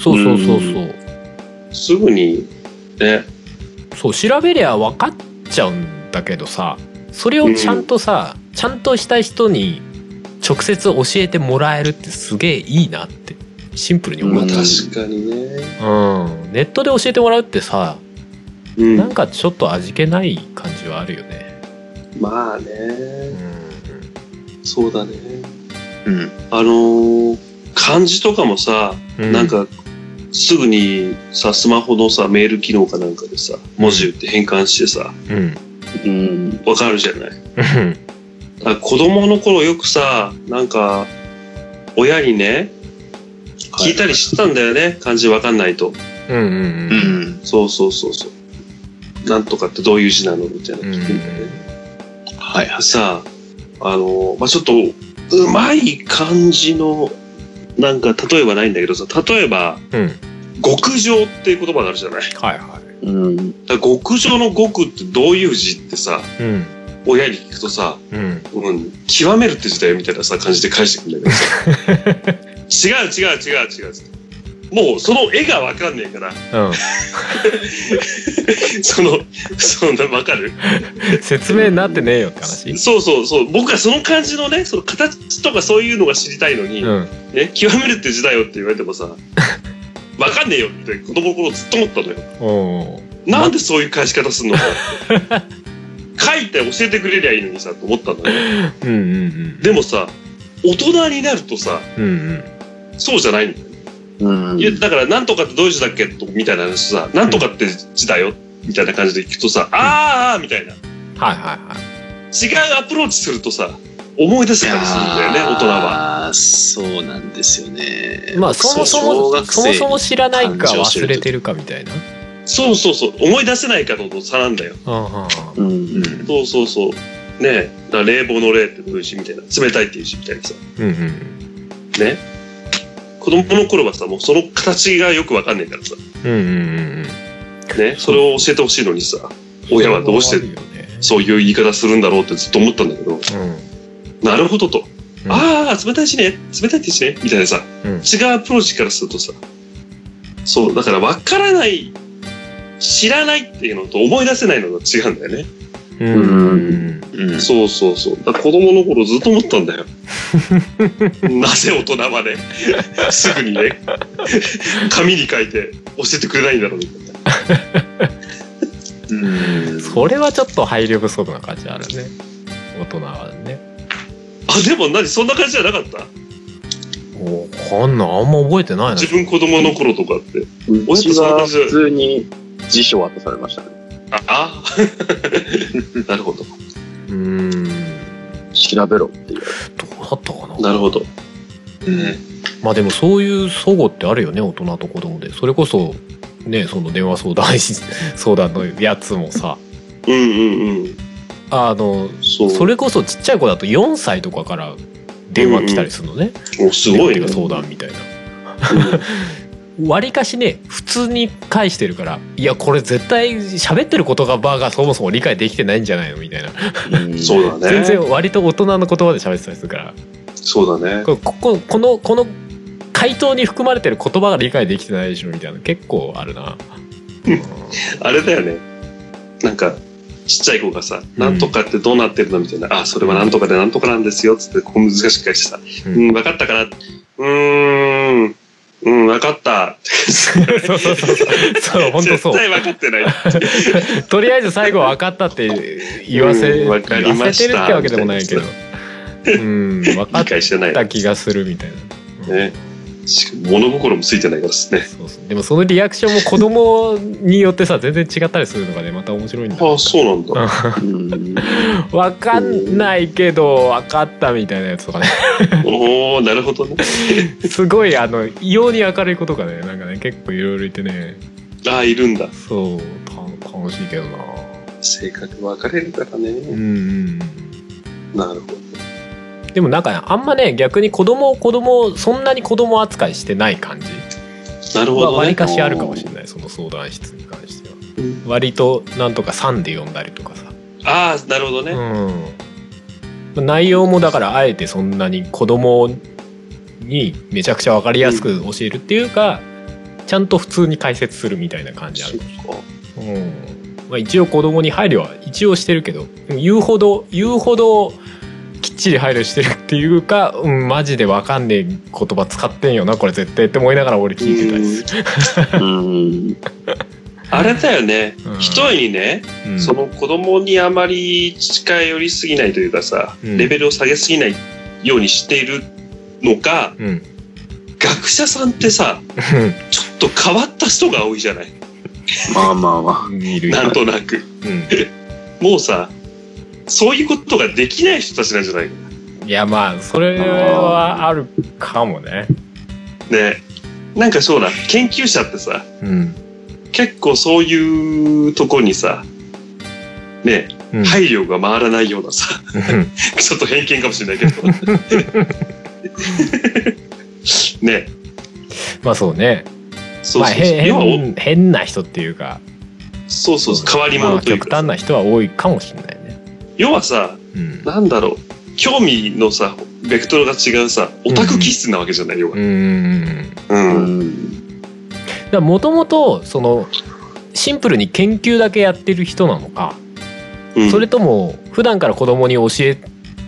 S3: そうそうそう、
S4: すぐに、ね。
S3: そう調べりゃ分かっちゃうんだけどさそれをちゃんとさ、ちゃんとした人に直接教えてもらえるってすげえいいなってシンプルに思
S2: ま
S3: っ
S2: あ
S3: た、
S2: 確
S4: かにね。
S3: うんネットで教えてもらうってさ、
S4: うん
S3: なんかちょっと味気ない感じはあるよね
S4: まあ
S3: う
S4: ね、
S3: ん
S4: そうだね。
S2: うん。
S4: あのー漢字とかもさ、なんか、すぐにさ、スマホのさ、メール機能かなんかでさ、文字打って変換してさ、
S3: うん
S5: うん。
S4: わかるじゃない。だ
S3: う
S4: か
S3: ん
S4: ら子供の頃よくさ、なんか、親にね、聞いたりしてたんだよね、漢字わかんないと。
S3: うんうん
S2: う
S3: うん
S2: ん。
S4: そうそうそうそう。なんとかってどういう字なのみたいな聞くんだよね。
S2: はいはい。
S4: さあの、まあ、ちょっとうまい感じのなんか例えばないんだけどさ例えば
S3: うん
S4: 極上っていう言葉があるじゃないだか
S3: はいは
S5: うん。
S4: ら極上の極ってどういう字ってさ
S3: いうん
S4: 親に聞くとさ、
S3: うん
S4: うん、極めるって字だよみたいなさ感じで返してくるんだけど さ違う違う違う違うもうその絵がわかんねえから
S3: うん
S4: そのそんなわかる
S3: 説明になってねえよって話
S4: そうそうそう僕はその感じのねその形とかそういうのが知りたいのに、
S3: うん
S4: ね、極めるって時代よって言われて もさ、わかんねえよって子供の頃ずっと思ったのよ。
S3: おう
S4: なんでそういう返し方す んのかって。書いて教えてくれりゃいいのにさ、と思ったんだよ。
S3: うんうん
S4: でもさ、大人になるとさ、
S3: うんうんうん
S4: そうじゃないのよ。
S5: うん。
S4: いや、だから、なんとかってどういう字だっけとみたいな話さ、なんとかって字だよ。みたいな感じで聞くとさ、あーあーみたいな。
S3: はいはいはい
S4: 違うアプローチするとさ、思い出せたりするんだよね、大人は。
S2: ああ、そうなんですよね。
S3: まあそもそ
S2: 小
S3: も
S2: 学生
S3: そもそも知らないか
S2: 誕生して
S3: 忘
S2: る
S3: れてるかみたいな
S4: そうそうそう、思い出せないかとの差なんだよ。
S3: うんうんうん
S5: うん。
S2: うん
S4: そうそうそう。ねえ、だから冷房の冷ってどういうしみたいな、冷たいっていうしみたいなさ。
S3: うんうん
S4: ね。子供の頃はさ、もうその形がよくわかんないからさ、
S3: うんうんうん
S4: ね、それを教えてほしいのにさ、親はどうして
S3: るよね
S4: そういう言い方するんだろうってずっと思ったんだけど、
S3: う
S4: なるほどと。
S3: うん
S4: ああ、冷たいしね、冷たいってしね、みたいなさ、
S3: うん
S4: 違うアプローチからするとさ、そう、だから分からない、知らないっていうのと思い出せないのが違うんだよね。
S3: んうんうん
S2: うん
S4: そうそうそう。だから子供の頃ずっと思ったんだ よ。なぜ大人まで、すぐにね、紙に書いて教えてくれないんだろうみたいな。
S2: うん
S3: それはちょっと配慮不足な感じあるね大人はね
S4: あ、でも何そんな感じじゃなかった
S3: おこんなんあんま覚えてないな
S4: 自分子供の頃とかって。
S5: うちは普通に辞書渡されましたね。
S4: ああーなるほど。
S3: うーん
S5: 調べろっていう。
S3: どうだったかな
S4: なるほど。
S3: まあでもそういう齟齬ってあるよね大人と子供でそれこそねその電話相談し 相談のやつもさ
S4: うんうんうん。
S3: あの
S4: そう。
S3: それこそちっちゃい子だと4歳とかから電話来たりするのね、
S4: おすごい
S3: 電
S4: ね
S3: 話。相談みたいな わりかしね普通に返してるからいやこれ絶対喋ってる言葉がそもそも理解できてないんじゃないのみたいな
S4: そうだ
S3: 全
S4: ね。
S3: 然割と大人の言葉で喋ってたりするから
S4: そうだね。
S3: ここここのこの回答に含まれてる言葉が理解できてないでしょみたいな結構あるな。
S4: あれだよね。なんか、ちっちゃい子がさ、なんとかってどうなってるのみたいな。あ、それはなんとかでなんとかなんですよ。つって、こう難しく返してさ。
S3: うん
S4: うん、わかったかなうーん。うん、わかった。
S3: そうそうそうそう本当そう
S4: 絶対わかっ てない。
S3: とりあえず最後分かったって言わせ,、
S4: うんわかり
S3: 言わ
S4: ま
S3: せ
S4: して
S3: る
S4: た
S3: ってわけでもないけどうん分かっ
S4: 理解してない。
S3: た気がするみたいな。
S4: ねしかも物心もついてないからですね。
S3: そうそうでもそのリアクションも子供によってさ全然違ったりするのがねまた面白いんだ
S4: ああ、そうなんだ。
S5: うん。
S3: 分かんないけど分かったみたいなやつとかね
S4: おおなるほどね。
S3: すごいあの異様に明るい子とかねなんかね結構いろいろいてね
S4: ああ、いるんだ。
S3: そうた楽しいけどな
S4: 性格分かれるから
S3: うん
S4: ね。
S3: うん
S4: なるほど。
S3: でもなんかねあんまね逆に子供を子供をそんなに子供扱いしてない感じ
S4: なるほ
S3: は
S4: ど
S3: わり
S4: ね。
S3: かしあるかもしれないその相談室に関しては割となんとか「さん」で呼んだりとかさ
S4: ああ、なるほどね。
S3: うん、内容もだからあえてそんなに子供にめちゃくちゃ分かりやすく教えるっていうか、ちゃんと普通に解説するみたいな感じあ
S4: そ
S3: る
S4: っ、か
S3: うんまあ、一応子供に配慮は一応してるけどでも言うほど言うほどきっちり配慮してるっていうか、うん、マジで分かんねえ言葉使ってんよなこれ絶対って思いながら俺聞いてたりする。
S5: うん。
S4: あれだよね
S3: うん。
S4: ひとえにね、
S3: うん
S4: その子供にあまり近寄りすぎないというかさ、
S3: うん
S4: レベルを下げすぎないようにしているのか、
S3: うん
S4: 学者さんってさ、ちょっと変わった人が多いじゃない。
S5: まあまあま
S3: いるいる
S4: なんとなく。
S3: うん
S4: もうさ、そういうことができない人たちなんじゃないか
S3: いやまあそれはあるかもね。
S4: ね。なんかそうだ、研究者ってさ、
S3: うん
S4: 結構そういうとこにさ、ね、
S3: うん
S4: 配慮が回らないようなさ、 ちょっと偏見かもしれないけど。 ね
S3: まあそうね。
S4: そうそう
S3: まあ
S4: そう。
S3: 変
S4: 要はお
S3: 変変な人っていうか、
S4: そうそうそう、変わり
S3: ま
S4: 者
S3: あ
S4: という
S3: 極
S4: か。
S3: 端な人は多いかもしれないね。
S4: 要はさ、
S3: うん
S4: なんだろう、興味のさ、ベクトルが違うさ、オタク気質なわけじゃない、要
S3: う
S4: は。
S3: ん。だか
S4: う。
S5: あ。うんん。
S3: らもともとそのシンプルに研究だけやってる人なのか、
S4: うん
S3: それとも普段から子供に教え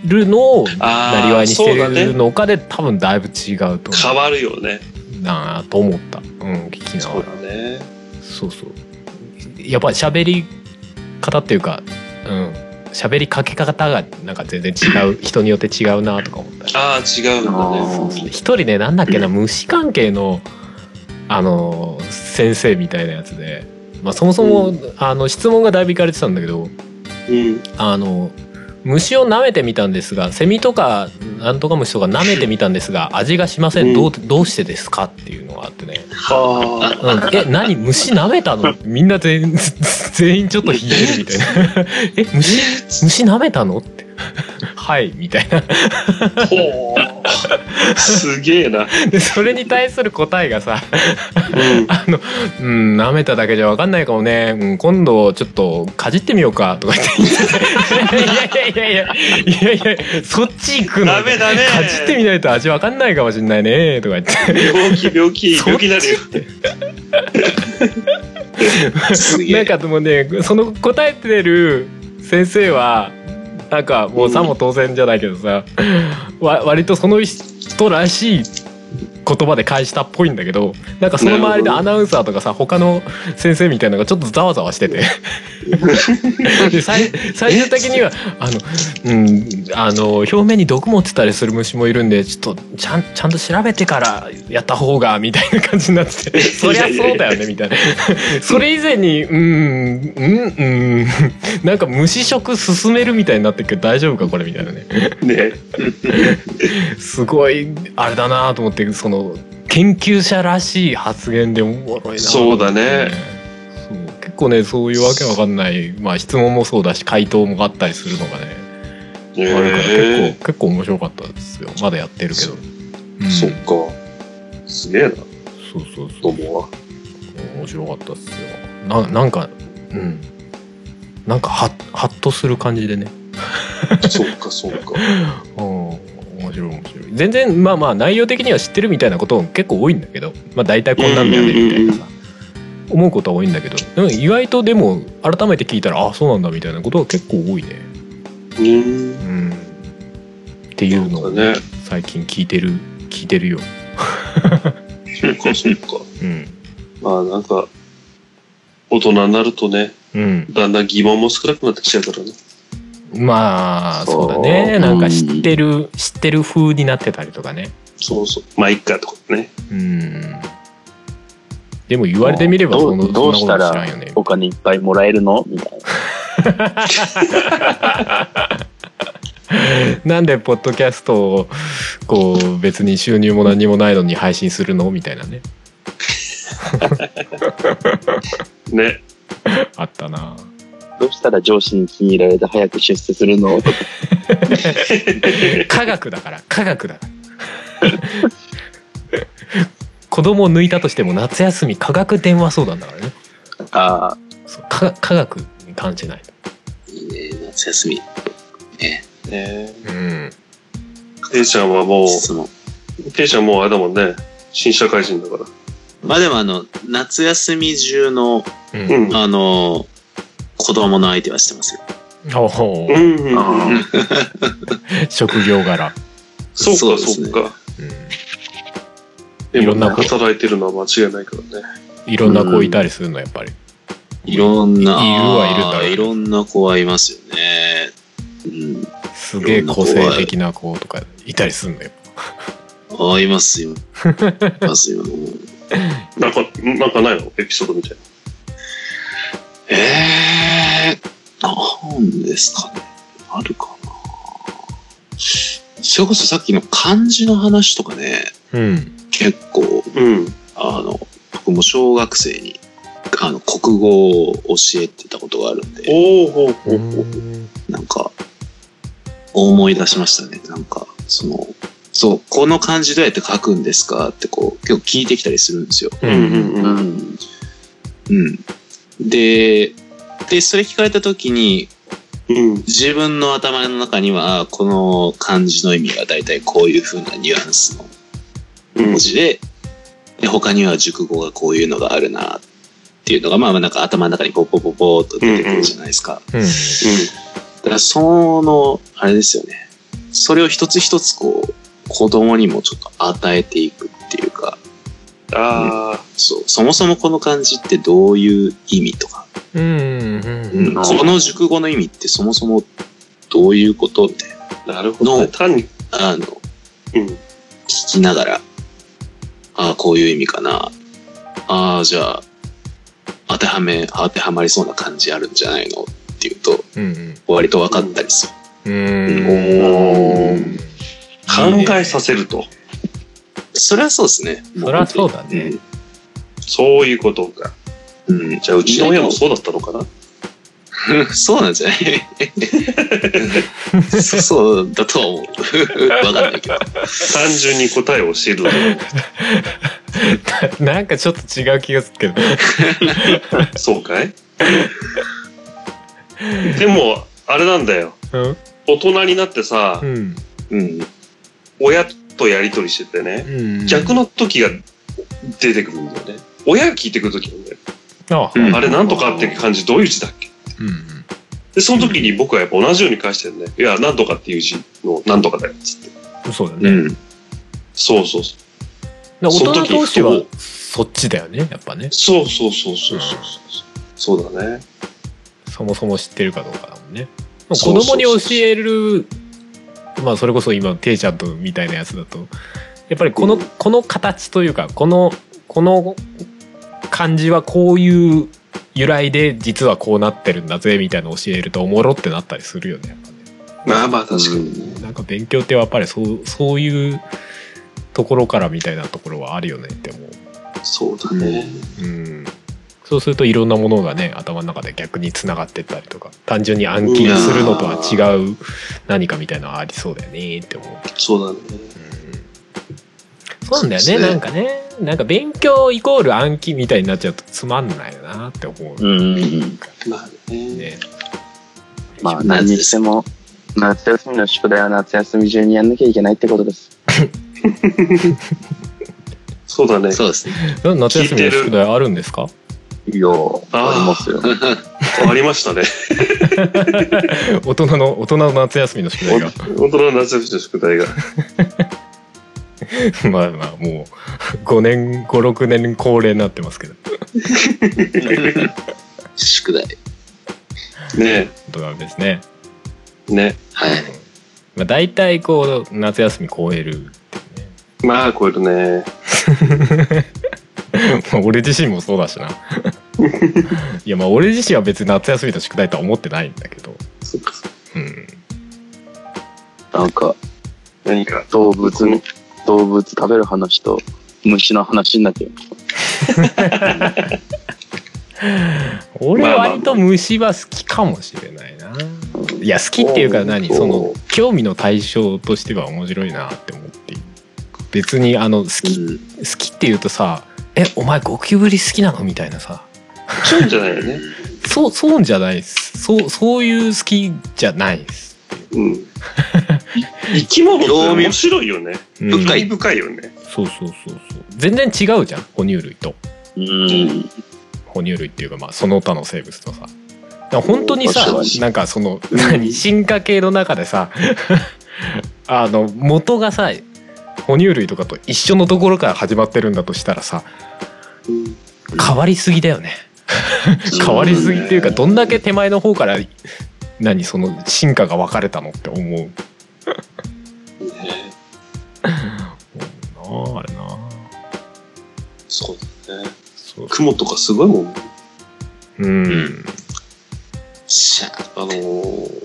S3: るのを
S4: あー
S3: なりわいにして
S4: そうだ
S3: る
S4: ね
S3: のかで、多分だいぶ違うと
S4: 変わるよね。
S3: なあと思った。うん聞きなが
S4: そう
S3: ら
S4: だ。ね。
S3: そうそうやっぱり喋り方っていうかうん喋りかけ方がなんか全然違う人によって違うなとか思ったり
S4: ああ、違うんだね。
S5: あ
S3: 一人ね なんだっけな虫関係のあの先生みたいなやつでまあ、そもそも、あの質問がだいぶいかれてたんだけど
S4: うん。
S3: あの虫を舐めてみたんですがセミとかなんとか虫とか舐めてみたんです が味がしません、
S4: うん
S3: どうどうしてですかっていうのがあってね、
S4: は
S3: うん、え何虫舐めた のみんな全員全員ちょっと引いてるみたいな え虫虫舐めたのって はいみたいな
S4: あ。ほう。すげえな。
S3: でそれに対する答えがさ
S4: うん。
S3: あの、うん、舐めただけじゃわかんないかもね。うん、今度、ちょっと、かじってみようか、とか言って。いやいやいやいや、いやいや、そっち行くの。
S4: ダメダメ
S3: かじってみないと味わかんないかもしんないね、とか言って。
S4: 病気、病気、
S3: そ
S4: 病
S3: っ
S4: 気になるよ。
S2: すげ
S3: なん
S2: え。
S3: かでもね、その答えてる先生は、なんかもうさも当然じゃないけどさ、わ割とその人らしい言葉で返したっぽいんだけどなんかその周りでアナウンサーとかさ他の先生みたいなのがちょっとざわざわしててで最最終的にはあの、うん、あの表面に毒持ってたりする虫もいるんでちょっとちゃんちゃんと調べてからやった方がみたいな感じになっててそりゃそうだよねみたいなそれ以前にうんうんうんなんか虫食進めるみたいになってるけど大丈夫かこれみたいなね
S4: ね。
S3: すごいあれだなと思ってその研究者らしい発言でおもろいな
S4: そうだね
S3: そう結構ねそういうわけわかんない、まあ、質問もそうだし回答もあったりするのがねあるから結
S4: え
S3: 構結構面白かったですよまだやってるけど、うん
S4: そっか。すげえな、
S3: そうそうそ
S4: ど
S3: う
S4: うもは。
S3: 面白かったっすよななんかうんなんかはハッとする感じでね
S4: そうか、そうか。
S3: うん面白い面白い全然まあまあ内容的には知ってるみたいなことも結構多いんだけどまあ大体こんなんだよねみたいなさ思うことは多いんだけどでも意外とでも改めて聞いたらあそうなんだみたいなことは結構多いね
S4: うん。
S3: うんっていうのを
S4: ね。
S3: 最近聞いてる聞いてるよ
S4: そうか、そうか。
S3: うん
S4: まあなんか、大人になるとね、
S3: うん
S4: だんだん疑問も少なくなってきちゃうからね。
S3: まあそうだ
S5: そ
S3: ね
S5: う
S3: なんか知ってる知ってる風になってたりとかね
S4: そうそう。まあ、いっかとかね。
S3: うんでも言われてみれば
S5: ど
S3: そのそ
S5: う
S3: んな
S5: ど
S3: こ
S5: う
S3: と
S5: し
S3: 知
S5: た
S3: ら
S5: ら
S3: んよね
S5: お金いっぱいもらえるのみたいな。
S3: なんでポッドキャストをこう別に収入も何もないのに配信するのみたいなね
S4: ね。
S3: あったな
S5: どうしたら上司に気に入られて早く出世するのとか。
S3: 科学だから科学だから子供を抜いたとしても夏休み科学電話相談だからね
S5: ああ、
S3: そう科科学に感じない
S2: いいね夏休み。ね
S4: ね
S3: うん
S4: え。イちゃんはも
S2: 質問。
S4: う、ケイちゃんもうあれだもんね。新社会人だから。
S2: まあでもあの、夏休み中の、
S3: うん
S4: うん。
S2: あの、子供の相手はしてますよ。
S3: おほ
S4: う
S3: うん
S4: うん
S5: あ
S4: うん。
S3: 職業柄、
S4: そう
S2: そう
S4: か、
S2: です
S4: そ
S2: ね
S4: うか。
S3: う
S4: で
S3: いろ
S4: も
S3: んな
S4: 働いてるのは間違いないからね。
S3: ん、いろんな子いたりするのやっぱり
S2: いろんな、
S3: いいるはいるんだろう
S2: いろんな子はいますよね。うん。
S3: すげえ個性的な子とかいたりするのよ
S2: ああ、いま すよ。いますよ。
S4: なんか、なんかないのエピソードみたいな。
S2: ええー、なんですかね。あるかな。それこそさっきの漢字の話とかね、
S3: うん
S2: 結構、
S4: うん。
S2: あの、僕も小学生に、あの、国語を教えてたことがあるんで、
S4: おおほうほ
S3: う
S4: うほう。
S3: ん
S2: なんか、思い出しましたね。なんか、その、そう、この漢字どうやって書くんですかってこう、結構聞いてきたりするんですよ。
S3: う
S4: うんんうんうん。
S2: ん。うん。で、で、それ聞かれた時に、
S4: うん。
S2: 自分の頭の中には、あこの漢字の意味が大体こういう風なニュアンスの
S4: うん
S2: 文。字で、で他には熟語がこういうのがあるなっていうのが、まあまあなんか頭の中にポポポポーっと出てくるじゃないですか。
S3: うん
S2: だからその、あれですよね。それを一つ一つこう、子供にもちょっと与えていくっていうか、
S4: あ
S2: そう、そもそもこの漢字ってどういう意味とか、
S3: うんうん
S2: うん
S5: あー
S2: この熟語の意味ってそもそもどういうことみたいな、
S4: あ、なるほどね。
S2: の
S4: 単に、
S2: あの、
S4: うん。
S2: 聞きながら、ああ、こういう意味かな。ああ、じゃあ、当てはめ、当てはまりそうな感じあるんじゃないのっていうと、
S3: うん
S2: 割と分かったりする。
S3: うん
S4: お
S3: う
S4: ー
S3: ん
S4: 考えさせると。
S2: そりゃそうですね。
S3: そりゃそうだね
S2: ね。
S4: そういうことか。
S2: うん。
S4: じゃあ、うちの親もそうだったのかな
S2: そうなんじゃないそそうだとは思う。わかんないけど。
S4: 単純に答えを教えるだろう。
S3: なんかちょっと違う気がするけど
S4: そうかい でも、あれなんだよ。
S3: うん
S4: 大人になってさ、
S3: うん
S2: うん。
S4: 親とやりとりしててね、
S3: うん
S4: 逆の時が出てくるんだよね。親が聞いてくる時なんだよ。
S3: あ
S2: う
S4: あれなんとかっていう漢字どういう字だっけ
S3: うん
S4: で、その時に僕はやっぱ同じように返してるね。いや、なんとかっていう字のなんとかだよ、つって。
S3: うんそうだ
S2: う
S3: ね、
S2: ん。
S4: そうそうそう。
S3: 大
S4: その
S3: 人
S4: 時
S3: 同士
S4: そ
S3: は
S4: う
S3: そっちだよねやっぱね
S4: そうそうそうそうそうそう。そうだね。
S3: そもそも知ってるかどうかだもんね子
S4: そうそうそ
S3: 供
S4: う
S3: に教えるまあそれこそ今ていちゃんとみたいなやつだとやっぱりこの、この形というかこのこの感じはこういう由来で実はこうなってるんだぜみたいなの教えるとおもろってなったりするよねやっぱね
S2: まあまあ確かにね。
S3: なんか勉強ってやっぱりそうそういうところからみたいなところはあるよねって思う
S2: そうだね。
S3: うんそうするといろんなものがね頭の中で逆につながってったりとか単純に暗記するのとは違う何かみたいなのはありそうだよねって思う、
S2: そうだね。
S3: うん、そうなんだよ
S2: そ
S3: ね
S2: うですね
S3: なんかねなんか勉強イコール暗記みたいになっちゃうとつまんないよなって思
S5: う
S3: うん
S5: うんうん。
S2: まあね。
S3: ね、
S5: まあ、何にしても、夏休みの宿題は夏休み中にやんなきゃいけないってことです。
S4: そうだね。
S2: そうですね。
S3: な夏休みの宿題あるんですか
S5: いやありますよ。
S4: ありましたね。
S3: 大人の大人の夏休みの宿題 が
S4: 本当の夏休みの宿題が。
S3: まあまあもう5年56年恒例になってますけど
S2: 宿題。
S4: ね
S3: とかですね
S4: え。ね
S2: はい。
S3: まあ、大体こう夏休み超えるっていう
S4: え。まあ、これね。
S3: ねまあ俺自身もそうだ しないやまあ俺自身は別に夏休みの宿題とは思ってないんだけど
S4: そっかそっか
S3: うん
S5: なんか、
S4: 何か。
S5: 動物の、動物食べる話と虫の話になっちゃう。
S3: 俺
S4: まあまあまあ
S3: 割と虫は好きかもしれないな、いや好きっていうか何
S4: おー
S3: その興味の対象としては面白いなって思っている別にあの好き、
S2: うん
S3: 好きっていうとさ「えお前ゴキブリ好きなの?」みたいなさ
S4: そうじゃないよね。
S3: そうそうじゃないっすそうそういう好きじゃないっす、
S4: うん。い生き物って面白いよね。
S3: うん
S2: 深い
S4: 深いよね。
S3: そうそうそうそう全然違うじゃん哺乳類と
S5: うん。
S3: 哺乳類っていうかまあその他の生物とさだから本当にさ
S5: 確かに
S3: なんかその何進化系の中でさ あの元がさ哺乳類とかと一緒のところから始まってるんだとしたらさ変わりすぎだよね変わりすぎっていうかどんだけ手前の方から何その進化が分かれたのって思う も
S2: ね
S3: んなあれな
S2: そうだね。
S3: そう
S2: 雲とかすごいもん。
S3: うん
S2: しゃあのー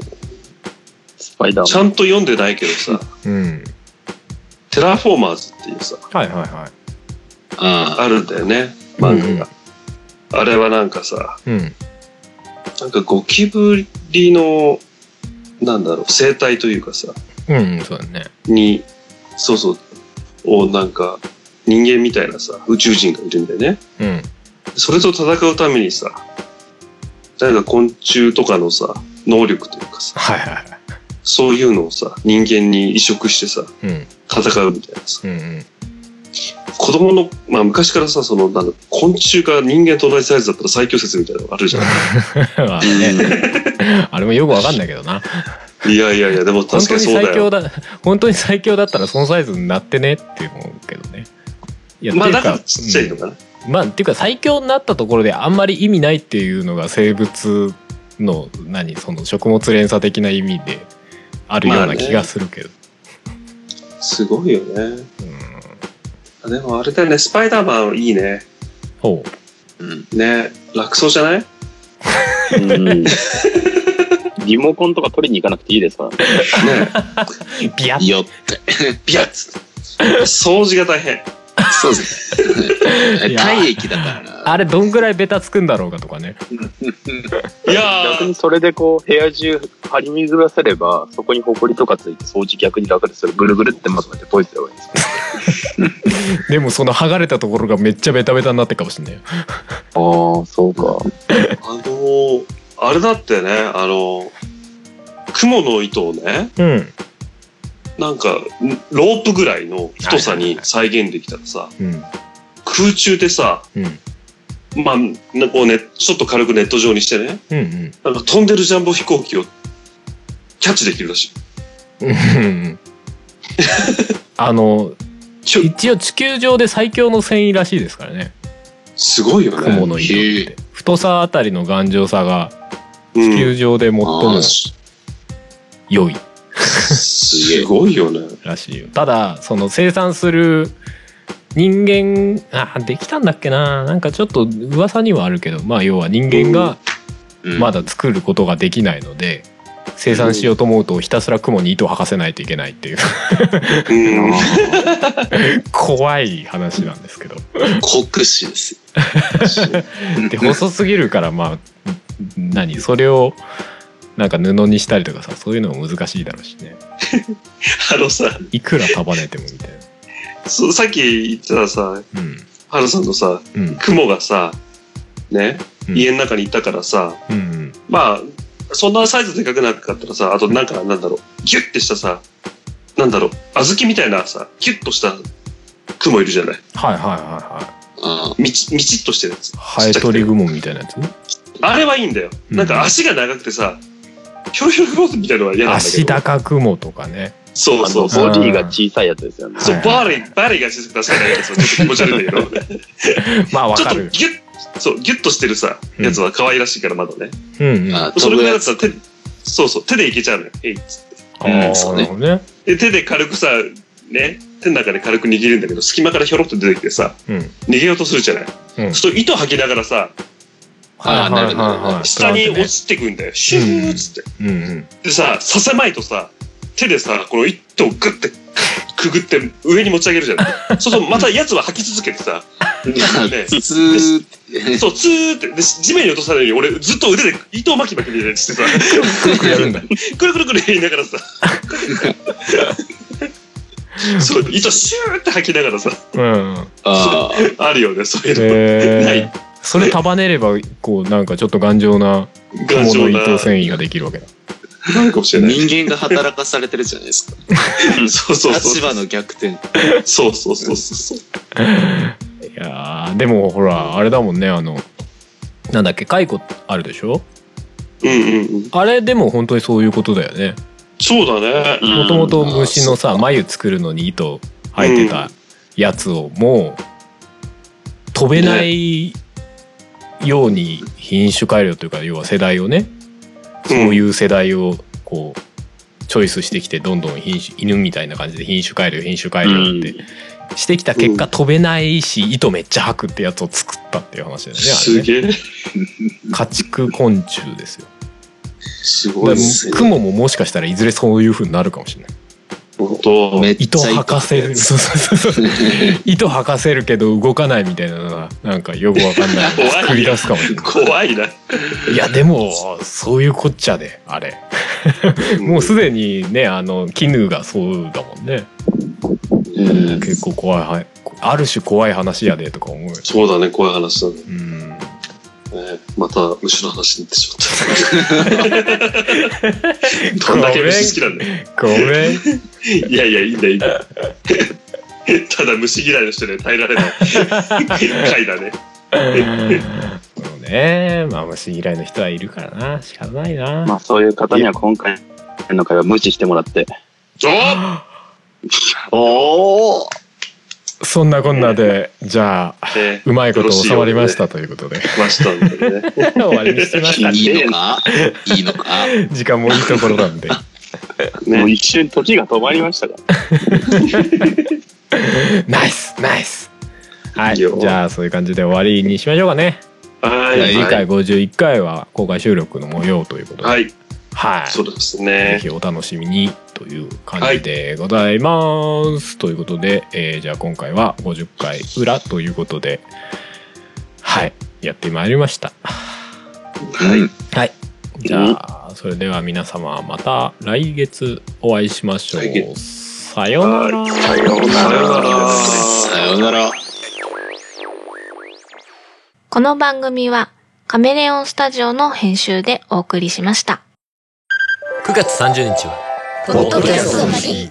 S5: スパイダー
S4: ちゃんと読んでないけどさ、
S3: うん
S4: テラフォーマーズっていうさ、
S3: はいはいはい
S2: あ
S4: あるんだよね、漫画が。あれはなんかさ、
S3: うん
S4: なんかゴキブリの、なんだろう、生態というかさ、
S3: うんうんそうだね
S4: に、そうそう、をなんか、人間みたいなさ、宇宙人がいるんだよね。
S3: うん
S4: それと戦うためにさ、なんか昆虫とかのさ、能力というかさ、
S3: はいはいはい
S4: そういうのをさ、人間に移植してさ、
S3: うん
S4: 戦うみたいなさ、
S3: うんうん
S4: 子供の、まあ昔からさ、その、なんだ、昆虫が人間と同じサイズだったら最強説みたいなのがあるじゃん。
S3: あれねあれもよくわかんないけどない
S4: やいやいや、でも
S3: 本
S4: 確か
S3: 当
S4: に
S3: に
S4: そうだ
S3: 最強
S4: よ。
S3: だ本当に最強だったらそのサイズになってねって思うけどねいや
S4: まあ
S3: てい
S4: だ
S3: う
S4: からちっちゃいのかな。
S3: うんまあっていうか最強になったところであんまり意味ないっていうのが生物の何その食物連鎖的な意味であるよう
S4: まあ
S3: な
S4: ね
S3: 気がするけど、
S4: すごいよね。
S3: うん
S4: あでもあれだよね、スパイダーマンいいね。
S3: ほ
S2: うん。
S4: ね。楽そうじゃない
S5: うん。リモコンとか取りに行かなくていいですから、ね。
S3: ビヤッ
S2: よって。
S4: ビャッつって掃除が大変。
S2: そうです
S3: い
S2: ね。
S3: や
S2: 体液だからな。
S3: あれどんぐらいベタつくんだろうかとかね
S4: いや
S5: 逆
S4: ー、
S5: にそれでこう、部屋中張り巡らせれば、そこに埃とかついて掃除逆に楽でそれぐるぐるってまとめてポイすればいいんです
S3: でもその剥がれたところがめっちゃベタベタになってるかもしんないよ
S5: ああ、そうか。
S4: あのー、あれだってね、あのー、蜘蛛の糸をね、
S3: うん
S4: なんか、ロープぐらいの太さに再現できたらさ、
S3: うん
S4: 空中でさ、
S3: うん
S4: まあ、なこうね、ちょっと軽くネット上にしてね、
S3: うんうん
S4: なんか飛んでるジャンボ飛行機をキャッチできるらしい。
S3: うんあの
S4: ちょ
S3: 一応地球上で最強の繊維らしいですからね
S4: すごいよね。
S3: 雲の糸
S2: へ
S3: って太さあたりの頑丈さが
S4: う
S3: 地球
S4: ん、
S3: 上で最も
S2: あーす
S3: 良い
S2: げえ
S4: すごいよね。
S3: らしいよただその生産する人間あできたんだっけななんかちょっと噂にはあるけどまあ要は人間が
S2: うん
S3: まだ作ることができないので生産しようと思うとひたすら雲に糸を吐かせないといけないっていう
S4: うん、
S3: 怖い話なんですけど
S2: 酷使ですよ。
S3: で細すぎるからまあ何それをなんか布にしたりとかさそういうのも難しいだろうしね
S4: あのさ、
S3: いくら束ねてもみたい
S4: そさっき言ってたさ、
S3: な
S4: ハルさんのさ、
S3: うんうん
S4: 雲がさ、ね、
S3: うん
S4: 家の中にいたからさ、
S3: うんうん
S4: まあ、そんなサイズでかくなかったらさ、あとなんか、なんだろう、ギュッてしたさ、なんだろう、小豆みたいなさ、ギュッとした雲いるじゃない。
S3: はいはいはいはい
S2: あ
S4: みち、みちっとしてるやつ。
S3: ハエトリグモみたいなやつ
S4: あれはいいんだよ。
S3: うん
S4: なんか足が長くてさ、ひょろひょろ雲みたいなのは嫌なんだけど。
S3: 足高雲とかね
S4: そう
S5: あの、
S4: そう
S5: ボ
S4: そう。
S5: ディが小さいやつですよね。
S4: そう、
S3: はい
S4: バーレー、バーレーが小さくて足が長いやつはちょっと気持ち悪いんだけど。
S3: まあ わ
S4: ちょっ
S3: か
S4: と
S3: るよ
S4: ギュッ、そう、ギュッとしてるさ、やつは可愛らしいからまだね。
S3: うんうん
S2: ーあー、
S4: それ
S2: 飛ぶ
S4: ぐらいだ
S2: や
S4: っ
S2: つ。
S4: たら手、そうそう、手でいけちゃうのよ。えいっつって
S3: ああ
S2: そう
S3: な
S2: ね
S3: るほどね
S4: で、手で軽くさ、ね、手の中で軽く握るんだけど、隙間からひょろっと出てきてさ、
S3: うん
S4: 逃げようとするじゃない。
S3: うん
S4: そうすると糸吐きながらさ、
S3: は
S2: あ
S3: い
S2: ーな
S3: はい
S2: るほど
S3: はいはい
S4: 下に落ちてくんだよ。シューッつって。
S3: うんうん
S4: でさ、させまいとさ、手でさ、この糸をグッてくぐって上に持ち上げるじゃない。そうするとまたやつは吐き続けてさ、ね、
S2: ず ーっ
S4: そう、ツーって、で、地面に落とさないように、俺、ずっと腕で糸を巻き巻きでやりしてさ、
S3: よくやるんだ
S4: くるくるくる言いながらさ、そう、糸シューって吐きながらさ、
S3: うん
S2: あー
S4: あるよね、そういうな
S3: へえ
S4: い
S3: それ束ねればこうなんかちょっと頑丈な
S4: の。
S3: 雲の糸
S4: な、
S3: 繊維ができるわけだ
S4: なるかもしれない。
S2: 人間が働かされてるじゃないですか。
S4: そうそうそう。
S2: 立場の逆転。
S4: そうそうそうそう。
S3: いやーでもほらあれだもんねあのなんだっけ解雇あるでしょ
S4: うんうんうん。
S3: あれでも本当にそういうことだよね
S4: そうだね。
S5: うん
S3: もともと虫のさ繭作るのに糸入ってたやつをもう飛べないように品種改良というか要は世代をねそういう世代をこうチョイスしてきてどんどん品種犬みたいな感じで品種改良品種改良ってしてきた結果飛べないし糸めっちゃ吐くってやつを作ったっていう話だよねあ
S4: す
S3: れね
S4: げえ。
S3: 家畜昆虫ですよ。
S2: す
S3: だか
S2: ごい
S3: ら
S2: ですね。
S3: 雲ももしかしたらいずれそういう風になるかもしれない。
S4: 本当。
S2: めっちゃ
S3: 糸吐かせる。そうそうそうそう。糸吐かせるけど動かないみたいなのはなんかよくわかんないのを作り出すかもしれな
S4: 怖いな。
S3: い。いやでもそういうこっちゃであれ。もうすでにねあの絹がそうだもんね。
S5: うん。
S3: 結構怖いはい。ある種怖い話やでとか思うよ。
S4: そうだね、怖い話だね。
S3: うん。
S4: ねまた虫の話になってし まった。
S3: ご
S4: どん
S3: めん
S4: だけ虫好きなんだよ。
S3: ごめん。
S4: いやいや、いいんだよ、いいんだよ。 ただ虫嫌いの人には耐えられない 回だね。
S3: そうね。まあ虫嫌いの人はいるからな。仕方ないな。
S5: まあ、そういう方には今回の会は無視してもらって。
S2: おお。
S3: そんなこんなで、じゃあ、
S4: おね、
S3: うまいこと収まりましたということで、
S4: ましたんで ね。
S3: 終わりにしました。
S2: いいのかいいのか
S3: 時間もいいところ なんで。
S5: もう一瞬時が止まりましたから。
S3: ナイスナイスはい
S4: いよ
S3: じゃあそういう感じで終わりにしましょうかね。
S4: は
S3: じゃあ
S4: い。
S3: 次回51回は公開収録の模様ということで、。
S4: はいい。そうです
S3: ぜ
S4: ね。
S3: ひお楽しみにという感じでございます。ということで、えーじゃあ今回は50回裏ということで、はい、やってまいりました。
S2: はい。
S3: はい。じゃあ、それでは皆様また来月お会いしましょ
S4: 来
S3: う。さようなら。
S5: さような
S4: さようなら
S2: さようなら。
S6: この番組はカメレオンスタジオの編集でお送りしました。
S7: 9月30日は
S8: ポッドキャストの日